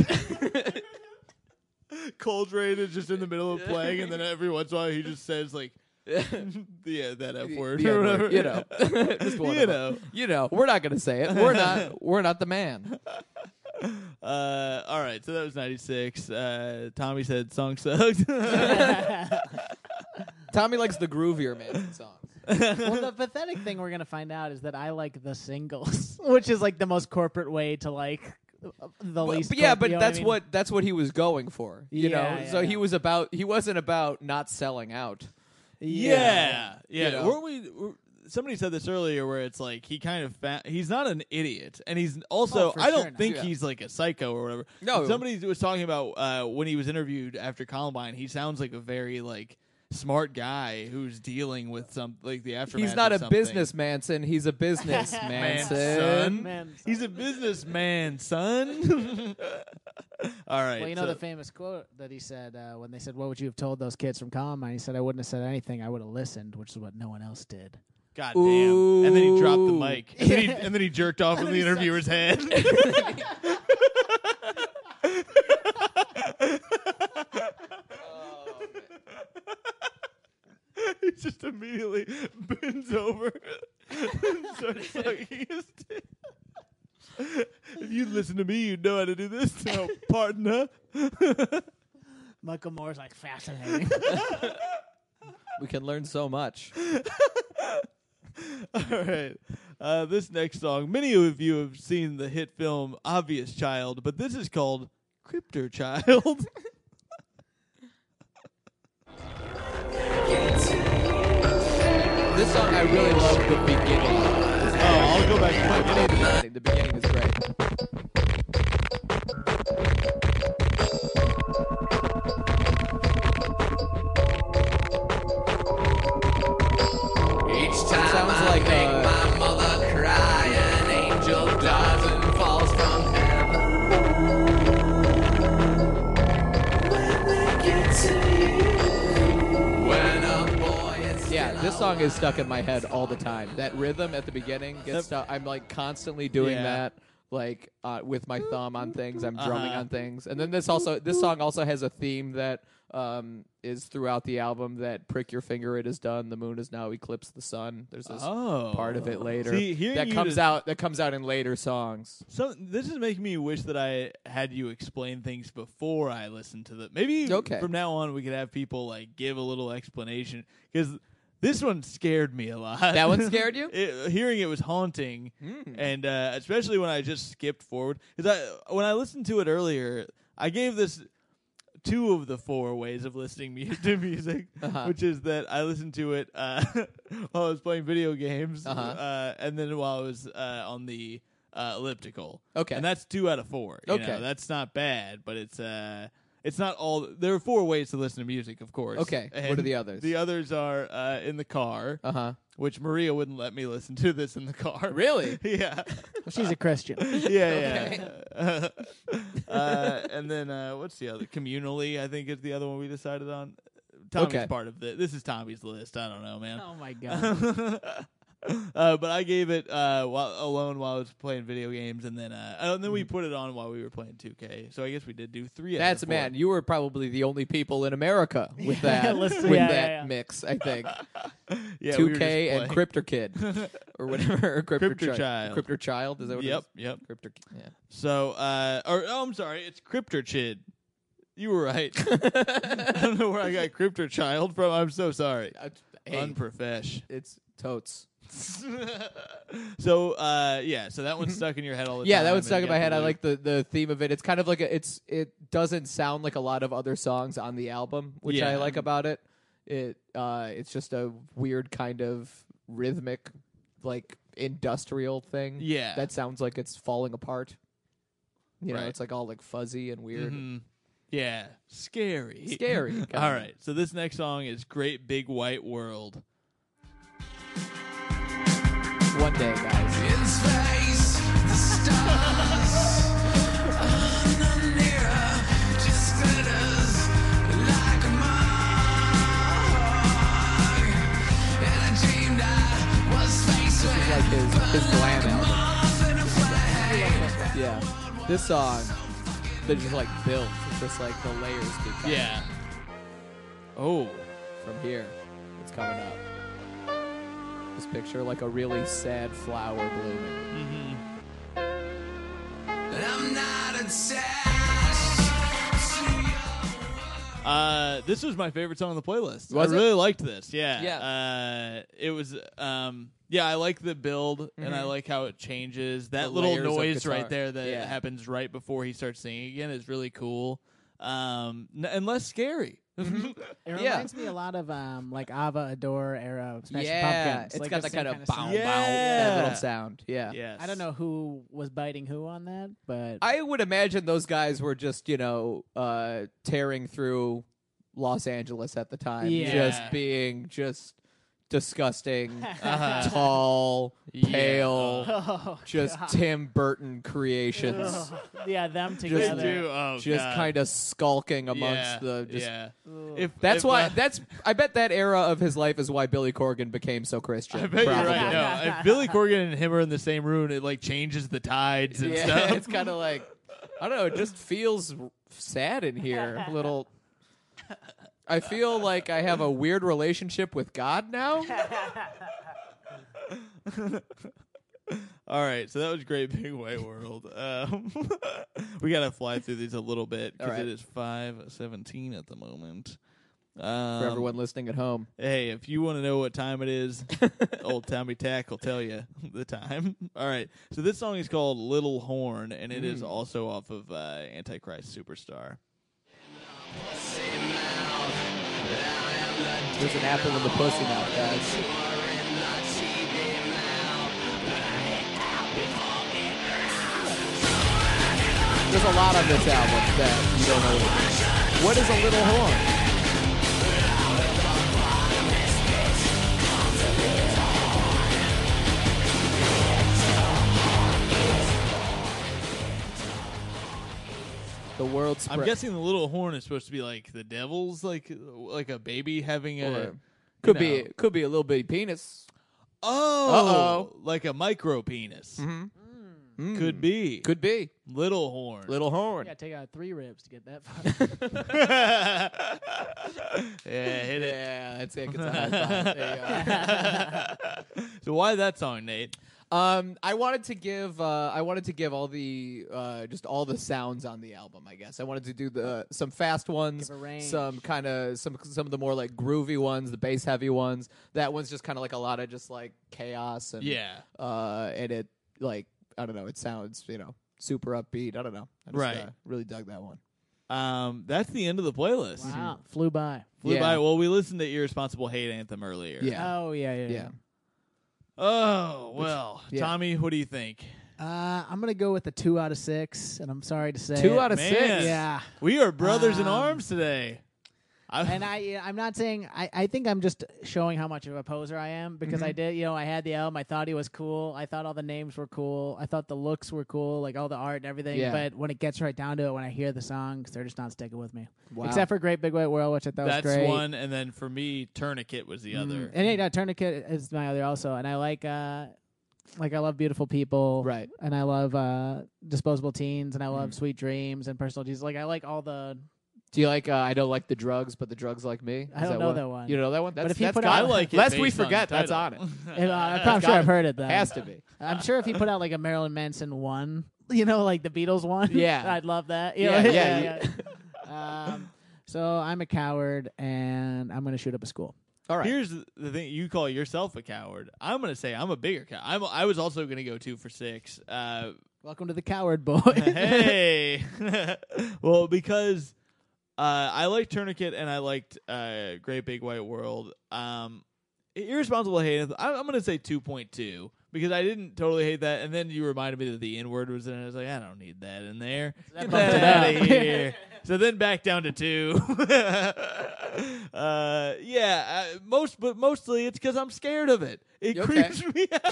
S1: Coltrane is just in the middle of playing, and then every once in a while he just says
S3: [laughs]
S1: like, "Yeah, that f word
S3: The
S1: or
S3: N-word,
S1: whatever."
S3: you know. [laughs] Just one
S1: You
S3: of 'em.
S1: know.
S3: You know, we're not gonna say it. We're not we're not
S1: [laughs]
S3: the man.
S1: [laughs] Uh, all right, so that was '96. Uh, Tommy said song [laughs]
S3: [laughs]
S1: sucked.
S3: Tommy likes the groovier man songs.
S2: well, the [laughs] pathetic thing we're gonna find out is that I like the singles, which is like the most corporate way to like the
S3: But-
S2: least.
S3: but yeah,
S2: clip,
S3: but
S2: you know
S3: that's
S2: I mean?
S3: what that's what he was going for. You
S2: Yeah,
S3: know,
S2: yeah,
S3: so
S2: yeah.
S3: he was about he wasn't about not selling out.
S1: Yeah, yeah.
S3: You know?
S1: Weren't we? were- Somebody said this earlier, where it's like he kind of fa- he's not an idiot, and he's also
S2: Oh, for
S1: I don't
S2: sure not.
S1: think
S3: Yeah.
S1: he's like a psycho or whatever.
S3: No.
S1: somebody was talking about uh, when he was interviewed after Columbine. He sounds like a very like smart guy who's dealing with some like the aftermath.
S3: He's not
S1: of
S3: a
S1: something.
S3: business Manson. He's a business
S1: man,
S3: Manson.
S1: son.
S2: Man, son.
S1: He's a businessman,
S2: [laughs]
S1: son. [laughs] All right.
S2: Well, you know
S1: so-
S2: the famous quote that he said uh, when they said, "What would you have told those kids from Columbine?" He said, "I wouldn't have said anything. I would have listened," which is what no one else did.
S1: God damn. And then he dropped the
S3: Ooh.
S1: mic. And then he, and then he jerked off in the interviewer's head. [laughs] he just immediately bends over [laughs] and starts sucking his dick. [laughs] If you listen to me, you know how to do this now, partner.
S2: Michael Moore's [laughs] like fascinating.
S3: We can learn so much.
S1: [laughs] All right. Uh, this next song, many of you have seen the hit film Obvious Child, but this is called Cryptor
S3: [laughs]
S1: Child.
S3: This song I really love the beginning.
S1: oh, I'll go back to my video.
S3: The beginning, the beginning is great.
S4: Each time
S3: Sounds
S4: I
S3: like,
S4: make
S3: uh,
S4: my mother cry, an angel dies and falls from heaven. When we get to you, when a boy is
S3: Yeah,
S4: still
S3: this song is stuck in my head all the time. That rhythm at the beginning gets stuck. I'm like constantly doing
S1: Yeah.
S3: that, like uh, with my thumb on things. I'm drumming
S1: Uh-huh.
S3: on things, and then this also this song also has a theme that um, is throughout the album. That prick your finger, it is done. The moon is now eclipsed the sun. There's this
S1: Oh.
S3: part of it later
S1: See, hearing
S3: that
S1: you
S3: comes
S1: des-
S3: out that comes out in later songs.
S1: So this is making me wish that I had you explain things before I listened to the. Maybe
S3: Okay.
S1: from now on we could have people like give a little explanation because this one scared me a lot.
S3: That
S1: [laughs]
S3: one scared you? Hmm.
S1: It- hearing it was haunting, and uh, especially when I just skipped forward because I when I listened to it earlier, I gave this two of the four ways of listening mu- [laughs] to music,
S3: Uh-huh.
S1: which is that I listened to it uh, [laughs] while I was playing video games, uh
S3: Uh-huh.
S1: and then while I was uh, on the uh, elliptical.
S3: Okay.
S1: and that's two out of four. you
S3: Okay.
S1: know, that's not bad, but it's uh, it's not all. There are four ways to listen to music, of course.
S3: Okay, what are
S1: And
S3: the others?
S1: The others are uh, in the car,
S3: Uh huh.
S1: which Maria wouldn't let me listen to this in the car.
S3: Really?
S1: [laughs] yeah
S2: She's a
S3: [laughs]
S2: Christian.
S1: yeah, yeah. [laughs] uh, and then uh, what's the other? Communally, I think is the other one we decided on. Tommy's
S3: Okay.
S1: part of the. This is Tommy's list. I don't know, man.
S2: [laughs] oh
S3: [laughs]
S2: my god.
S1: [laughs] uh, but I gave it uh, while, alone while I was playing video games, and then uh, oh, and then we put it on while we were playing 2K. So I guess we did do three. out of
S3: [laughs] Mm. That's
S1: the four.
S3: man. You were probably the only people in America
S1: [laughs]
S3: with that
S2: listen-
S3: with
S2: yeah,
S3: that
S2: yeah, yeah.
S3: mix. I think
S1: Yeah, we were
S3: two
S1: just
S3: K and
S1: playing. [laughs]
S3: Cryptor Kid or whatever. or Cryptor,
S1: Cryptor Child.
S3: Cryptor Child. Is that what
S1: Yep,
S3: it
S1: yep.
S3: is? Cryptor. Ki- Yeah.
S1: So, uh, or oh, I'm sorry, it's Cryptorchid. You were right. [laughs] I [laughs]
S3: [laughs]
S1: don't know where I got Cryptor Child from. I'm so sorry.
S3: Uh, hey,
S1: Unprofesh.
S3: it's totes.
S1: [laughs] so uh yeah, so that one's stuck in your head all the
S3: [laughs] Yeah,
S1: time.
S3: that was
S1: and
S3: stuck in
S1: got
S3: my head. I
S1: blue.
S3: like the, the theme of it. It's kind of like a, it's it doesn't sound like a lot of other songs on the album, which I
S1: Yeah.
S3: like about it. It uh, it's just a weird kind of rhythmic, like industrial thing.
S1: Yeah.
S3: that sounds like it's falling apart. You know,
S1: Right.
S3: it's like all like fuzzy and weird,
S1: Mhm. [laughs] Yeah, scary. [laughs]
S3: scary. kinda.
S1: all right. So this next song is Great Big White World.
S3: one day, guys.
S4: in space, the stars are none nearer, just glitters like a mug. And I dreamed I was faced with
S3: Like his his glam album.
S4: nothing to play.
S3: Yeah, this song they just like built, It's just like the layers get cut
S1: Yeah. Oh.
S3: from here. It's coming up. Just picture like a really sad flower blooming.
S4: And I'm not attached to your
S1: I Uh, this was my favorite song on the playlist.
S3: Was
S1: I
S3: it?
S1: really liked this. Yeah. Uh, it was. Um, yeah, I like the build, and I like how it changes. That
S3: Mm-hmm. The
S1: little
S3: layers of
S1: noise
S3: guitar.
S1: right there that
S3: Yeah.
S1: happens right before he starts singing again is really cool. Um, n- and less scary.
S2: It
S3: Yeah.
S2: reminds me a lot of um, like Ava Adore era Smash
S3: yeah,
S2: Pumpkins.
S3: it's
S2: like the
S3: got that kind
S2: same kinda
S3: of bow
S2: sound.
S3: bow
S1: Yeah.
S3: that little sound. Yeah.
S1: yes.
S2: I don't know who was biting who on that, but
S3: I would imagine those guys were just, you know, uh, tearing through Los Angeles at the time.
S2: Yeah.
S3: Just being just
S2: [laughs]
S3: disgusting,
S1: Uh-huh.
S3: tall,
S1: Yeah. Uh-huh.
S3: pale,
S2: [laughs] oh,
S3: just
S2: God.
S3: Tim Burton creations.
S2: Ugh. yeah,
S3: [laughs]
S2: them
S1: They
S2: together.
S1: do. Oh,
S3: Just
S1: God.
S3: kind of skulking amongst
S1: Yeah,
S3: the just
S1: yeah.
S2: Ugh.
S1: If if,
S3: That's why.
S1: [laughs] uh,
S3: that's. I bet that era of his life is why Billy Corgan became so Christian.
S1: I bet
S3: probably.
S1: you're right. No, if Billy Corgan and him are in the same room, it like changes the tides and
S3: Yeah,
S1: stuff.
S3: [laughs] it's kind of like I don't know. It just feels r- sad in here. A little. I feel like I have a weird relationship with God now.
S1: All right, so that was Great Big White World. Um, [laughs] we gotta fly through these a little bit
S3: All
S1: because
S3: right.
S1: it is five seventeen at the moment. Um,
S3: For everyone listening at home,
S1: hey, if you want to know what time it
S3: [laughs]
S1: is, old Tommy Tack will tell you [laughs] the time. All right, so this song is called "Little Horn" and it is
S3: Mm.
S1: also off of uh, Antichrist Superstar.
S3: there's an apple in the pussy mouth, guys. There's a lot on this album that you don't know. What is a little horn? The world spread.
S1: I'm guessing the little horn is supposed to be like the devil's, like like a baby having a
S3: Or- could
S1: you
S3: be
S1: know.
S3: could be a little bitty penis.
S1: oh, like a micro penis. Mm. Could be
S3: Could be
S1: little horn. [laughs]
S3: little horn.
S2: yeah, take out three ribs to get that far.
S3: [laughs]
S1: yeah, hit [laughs] it.
S3: Yeah, that's it. It's a high five. There you go.
S1: So why that song, Nate? [laughs]
S3: Um, I wanted to give uh, I wanted to give all the uh, just all the sounds on the album. I guess I wanted to do the some fast ones,
S2: Give a range.
S3: some kind of some some of the more like groovy ones, the bass heavy ones. That one's just kind of like a lot of just like chaos and
S1: Yeah.
S3: uh, and it like I don't know. It sounds you know super upbeat. I don't know. I just,
S1: Right.
S3: uh, really dug that one.
S1: Um, that's the end of the playlist.
S3: Mm-hmm.
S2: wow, flew by.
S1: Flew
S3: Yeah.
S1: by. Well, we listened to Irresponsible Hate Anthem earlier.
S3: Yeah.
S2: Oh yeah, yeah.
S3: yeah.
S1: Oh well,
S3: yeah.
S1: Tommy, what do you think?
S2: Uh, I'm gonna go with a two out of six, and I'm sorry to say
S3: Two
S2: it.
S3: out of
S1: Man.
S3: six.
S2: yeah.
S1: We are brothers in
S2: Um,
S1: arms today. I,
S2: and I, uh, I'm not saying I, I think I'm just showing how much of a poser I am because
S3: Mm-hmm.
S2: I did, you know, I had the album. I thought he was cool. I thought all the names were cool. I thought the looks were cool, like all the art and everything.
S3: Yeah.
S2: But when it gets right down to it, when I hear the songs, they're just not sticking with me.
S3: Wow.
S2: Except for Great Big White World, which I thought
S1: that's
S2: was great. Mm.
S1: one, and then for me, Tourniquet was the other.
S2: And yeah, Tourniquet is my other also, and I like, uh like I love Beautiful People,
S3: Right. Mm.
S2: And I love uh Disposable Teens, and I love Sweet Dreams and Personal Jesus. Like I like all the
S1: [laughs]
S3: Do you like? Uh, I don't like the drugs, but the drugs like me. Is
S2: I don't
S3: that
S2: know
S3: one?
S2: that one.
S3: You don't know that one? That's,
S2: if he
S3: that's
S2: put
S3: got-
S2: out-
S1: I like it.
S3: Lest we
S1: based on
S3: forget,
S1: the
S3: that's on
S1: title.
S3: it.
S1: [laughs]
S2: Uh, I'm sure
S3: got
S2: I've heard it though.
S3: Has to be.
S2: I'm sure if he put out like a Marilyn Manson one, you know, like the Beatles one,
S3: Yeah.
S2: [laughs] I'd love that. You
S3: Yeah,
S2: know? [laughs]
S3: yeah,
S2: yeah. um, so I'm a coward, and I'm gonna shoot up a school.
S3: All right.
S1: Here's the the thing: you call yourself a coward. I'm gonna say I'm a bigger coward. I'm, I was also gonna go two for six. Uh,
S2: Welcome to the coward
S3: [laughs]
S2: boy.
S1: hey, [laughs] well, because uh, I liked Tourniquet and I liked uh, Great Big White World. Um, Irresponsible hate. Anthem, I, I'm gonna say two point two because I didn't totally hate that. And then you reminded me that the N word was in it. I was like, I don't need that in there. Get
S2: bumped
S1: that
S2: it
S1: out
S2: up.
S1: of here. [laughs] so then back down to two. [laughs] uh, yeah, uh, most but mostly it's because I'm scared of it. It
S3: You okay?
S1: creeps me out. [laughs]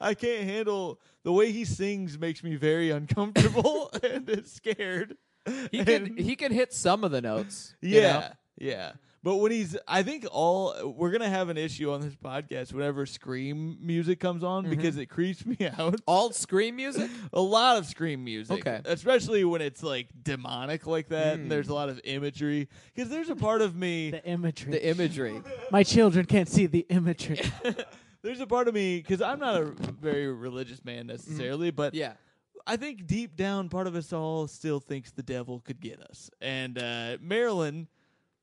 S1: I can't handle the way he sings. Makes me very uncomfortable [laughs] and is scared.
S3: [laughs] he can
S1: And-
S3: he can hit some of the notes. you know?
S1: yeah, yeah. But when he's, I think all we're gonna have an issue on this podcast whenever scream music comes
S3: Mm-hmm.
S1: on because it creeps me [laughs] out.
S3: All scream music.
S1: A lot of scream music,
S3: Okay. Hmm.
S1: especially when it's like demonic like that. And there's a lot of imagery because there's a part of me,
S2: the imagery.
S3: The [laughs] imagery.
S2: My children can't see the
S3: [laughs]
S2: imagery.
S1: there's a part of me because I'm not a very religious man necessarily, but
S3: Mm-hmm. Yeah.
S1: I think deep down, part of us all still thinks the devil could get us, and uh, Marilyn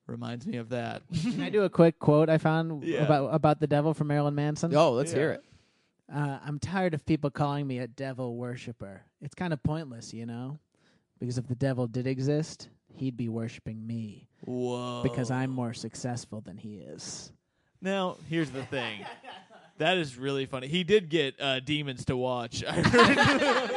S1: reminds me of
S3: [laughs]
S1: that.
S2: Can I do a quick quote I found
S1: Yeah.
S2: about about the devil from Marilyn Manson?
S3: Oh, let's hear
S1: Yeah.
S3: it.
S2: Uh, I'm tired of people calling me a devil worshiper. It's kind of pointless, you know? Because if the devil did exist, he'd be worshiping me
S1: Whoa!
S2: because
S3: Oh.
S2: I'm more successful than he is.
S1: now here's the thing. That is really funny. He did get uh, demons to watch. [laughs] I heard.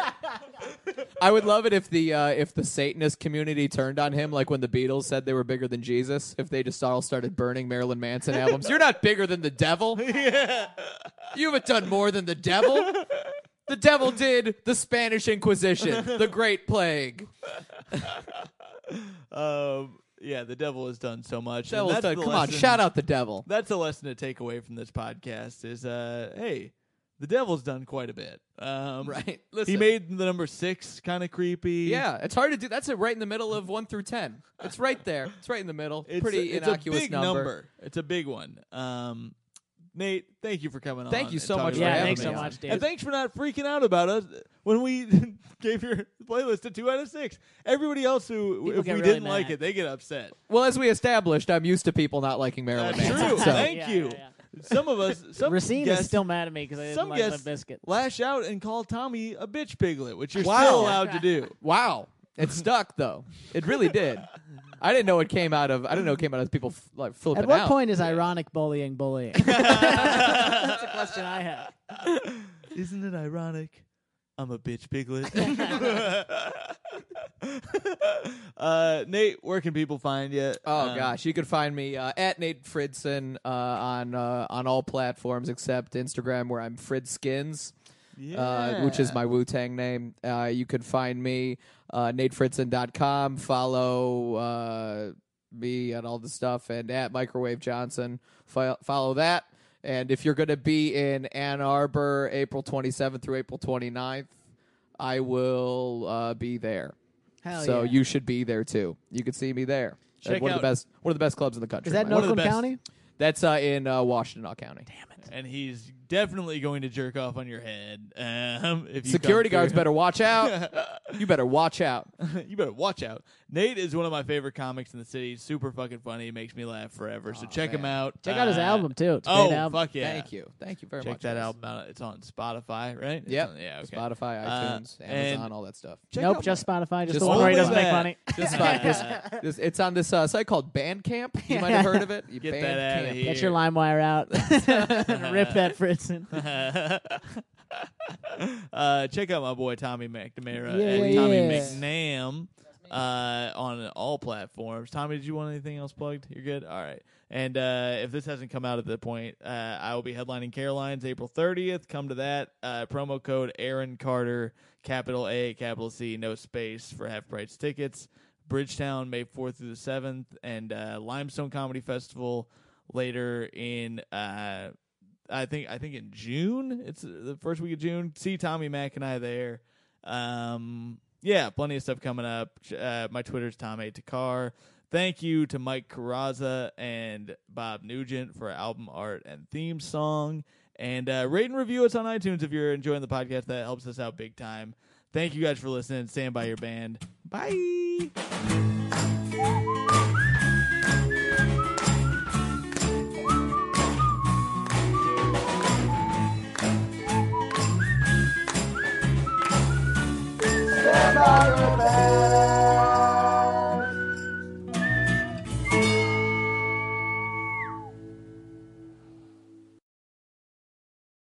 S3: I would love it if the uh, if the Satanist community turned on him, like when the Beatles said they were bigger than Jesus. If they just all started burning Marilyn Manson albums, you're not bigger than the [laughs] devil. You haven't done more than the [laughs] devil. The devil did the Spanish Inquisition, the Great Plague.
S1: um, yeah, the devil has done so much. and
S3: Devil's
S1: that's
S3: done-
S1: the
S3: come on,
S1: lesson-
S3: shout out
S1: [laughs]
S3: the devil.
S1: That's a lesson to take away from this podcast: is uh, hey, the devil's done quite a bit. Um,
S3: Right.
S1: He
S3: Listen.
S1: made the number six kind of creepy.
S3: Yeah, it's hard to do. That's it, right in the middle of one through ten. It's right there. It's right in the middle.
S1: It's
S3: Pretty
S1: a, it's
S3: innocuous
S1: a big number. It's a big one. Um, Nate, thank you for coming on.
S3: Thank you
S1: and
S3: so much
S1: talking
S3: for
S1: about
S2: yeah,
S3: having
S2: thanks
S3: me
S2: so
S3: on.
S2: much, dude.
S1: And thanks for not freaking out about us when we [laughs] gave your playlist a two out of six. Everybody else who, if we
S2: get really
S1: didn't like
S2: mad.
S1: it, they get upset.
S3: Well, as we established, I'm used to people not liking Marilyn
S1: That's
S3: Manson.
S1: true.
S3: Oh, [laughs] so-
S1: Thank
S2: Yeah,
S1: you.
S2: yeah,
S1: Some of us, some
S2: Racine
S1: guests,
S2: is still mad at me because I didn't
S1: some
S2: like
S1: guests
S2: the biscuit.
S1: lash out and call Tommy a bitch piglet, which you're
S3: Wow.
S1: still allowed to do.
S3: Wow, it stuck though. It really did. I didn't know it came out of. I didn't know it came out of people f- like flipping
S2: At what
S3: out.
S2: point is ironic bullying [laughs] bullying? That's a question I have.
S1: Isn't it ironic? I'm a bitch
S2: [laughs]
S1: piglet. [laughs] uh, Nate, where can people find Um, you?
S3: Oh gosh, you can find me uh, at Nate Fridson uh, on uh, on all platforms except Instagram, where I'm Frid Skins. uh, which is my Wu Tang name. Uh, you can find me uh, natefritzen.com. Follow uh, me and all the stuff, and at Microwave Johnson. Fo- follow that. And if you're going to be in Ann Arbor, April 27th through April 29th, I will uh, be there.
S2: Hell
S3: so
S2: yeah.
S3: you should be there too. You can see me there.
S1: Check
S3: At one
S1: out-
S3: of the best, one of the best clubs in the country.
S2: is that
S3: Mike.
S1: One of the
S2: Northland
S1: best.
S2: County?
S3: That's uh, in uh, Washtenaw County.
S1: and he's definitely going to jerk off on your head. Um, if you
S3: Security
S1: come
S3: guards
S1: through.
S3: better
S2: [laughs]
S3: watch out. you better watch out.
S1: [laughs] you better watch out. Nate is one of my favorite comics in the city. Super fucking funny. Makes me laugh forever. So check him
S3: man.
S1: out.
S2: Check out his
S1: Uh,
S2: album too. It's a
S1: Oh
S2: great album.
S1: fuck yeah!
S3: Thank you. Thank you very
S1: Check
S3: much.
S1: that
S3: guys.
S1: album out. It's on Spotify, right? It's
S3: Yep.
S1: on- Yeah. Okay.
S3: Spotify,
S1: Uh,
S3: iTunes,
S1: and-
S3: Amazon, all that stuff.
S1: Check
S2: nope,
S1: out
S2: just Spotify, just,
S3: Just
S2: the one where he
S1: only
S2: doesn't make
S1: that.
S2: money.
S3: Just Spotify.
S1: [laughs]
S3: This- this- it's on this uh, site called Bandcamp. You might have heard of it. You
S1: Get that outta
S3: Bandcamp.
S1: here.
S2: Get your LimeWire out. [laughs] Rip that Fritzen.
S1: [laughs] uh, check out my boy Tommy McNamara
S2: Yeah,
S1: and
S2: yeah,
S1: Tommy
S2: yeah.
S1: McNam uh, on all platforms. Tommy, did you want anything else plugged? You're good. All right. And uh, if this hasn't come out at the point, uh, I will be headlining Caroline's April 30th. Come to that. Uh, promo code Aaron Carter, capital A, capital C, no space for half price tickets. Bridgetown May 4th through the 7th, and uh, Limestone Comedy Festival later in uh, I think I think in June. It's uh, the first week of June. See Tommy Mac and I there. Um, yeah, plenty of stuff coming up. Uh, my Twitter's Tom A Takar. Thank you to Mike Carraza and Bob Nugent for album art and theme song. And uh, rate and review us on iTunes if you're enjoying the podcast. That helps us out big time. Thank you guys for listening. Stand by your band. Bye.
S4: Stand by your bed.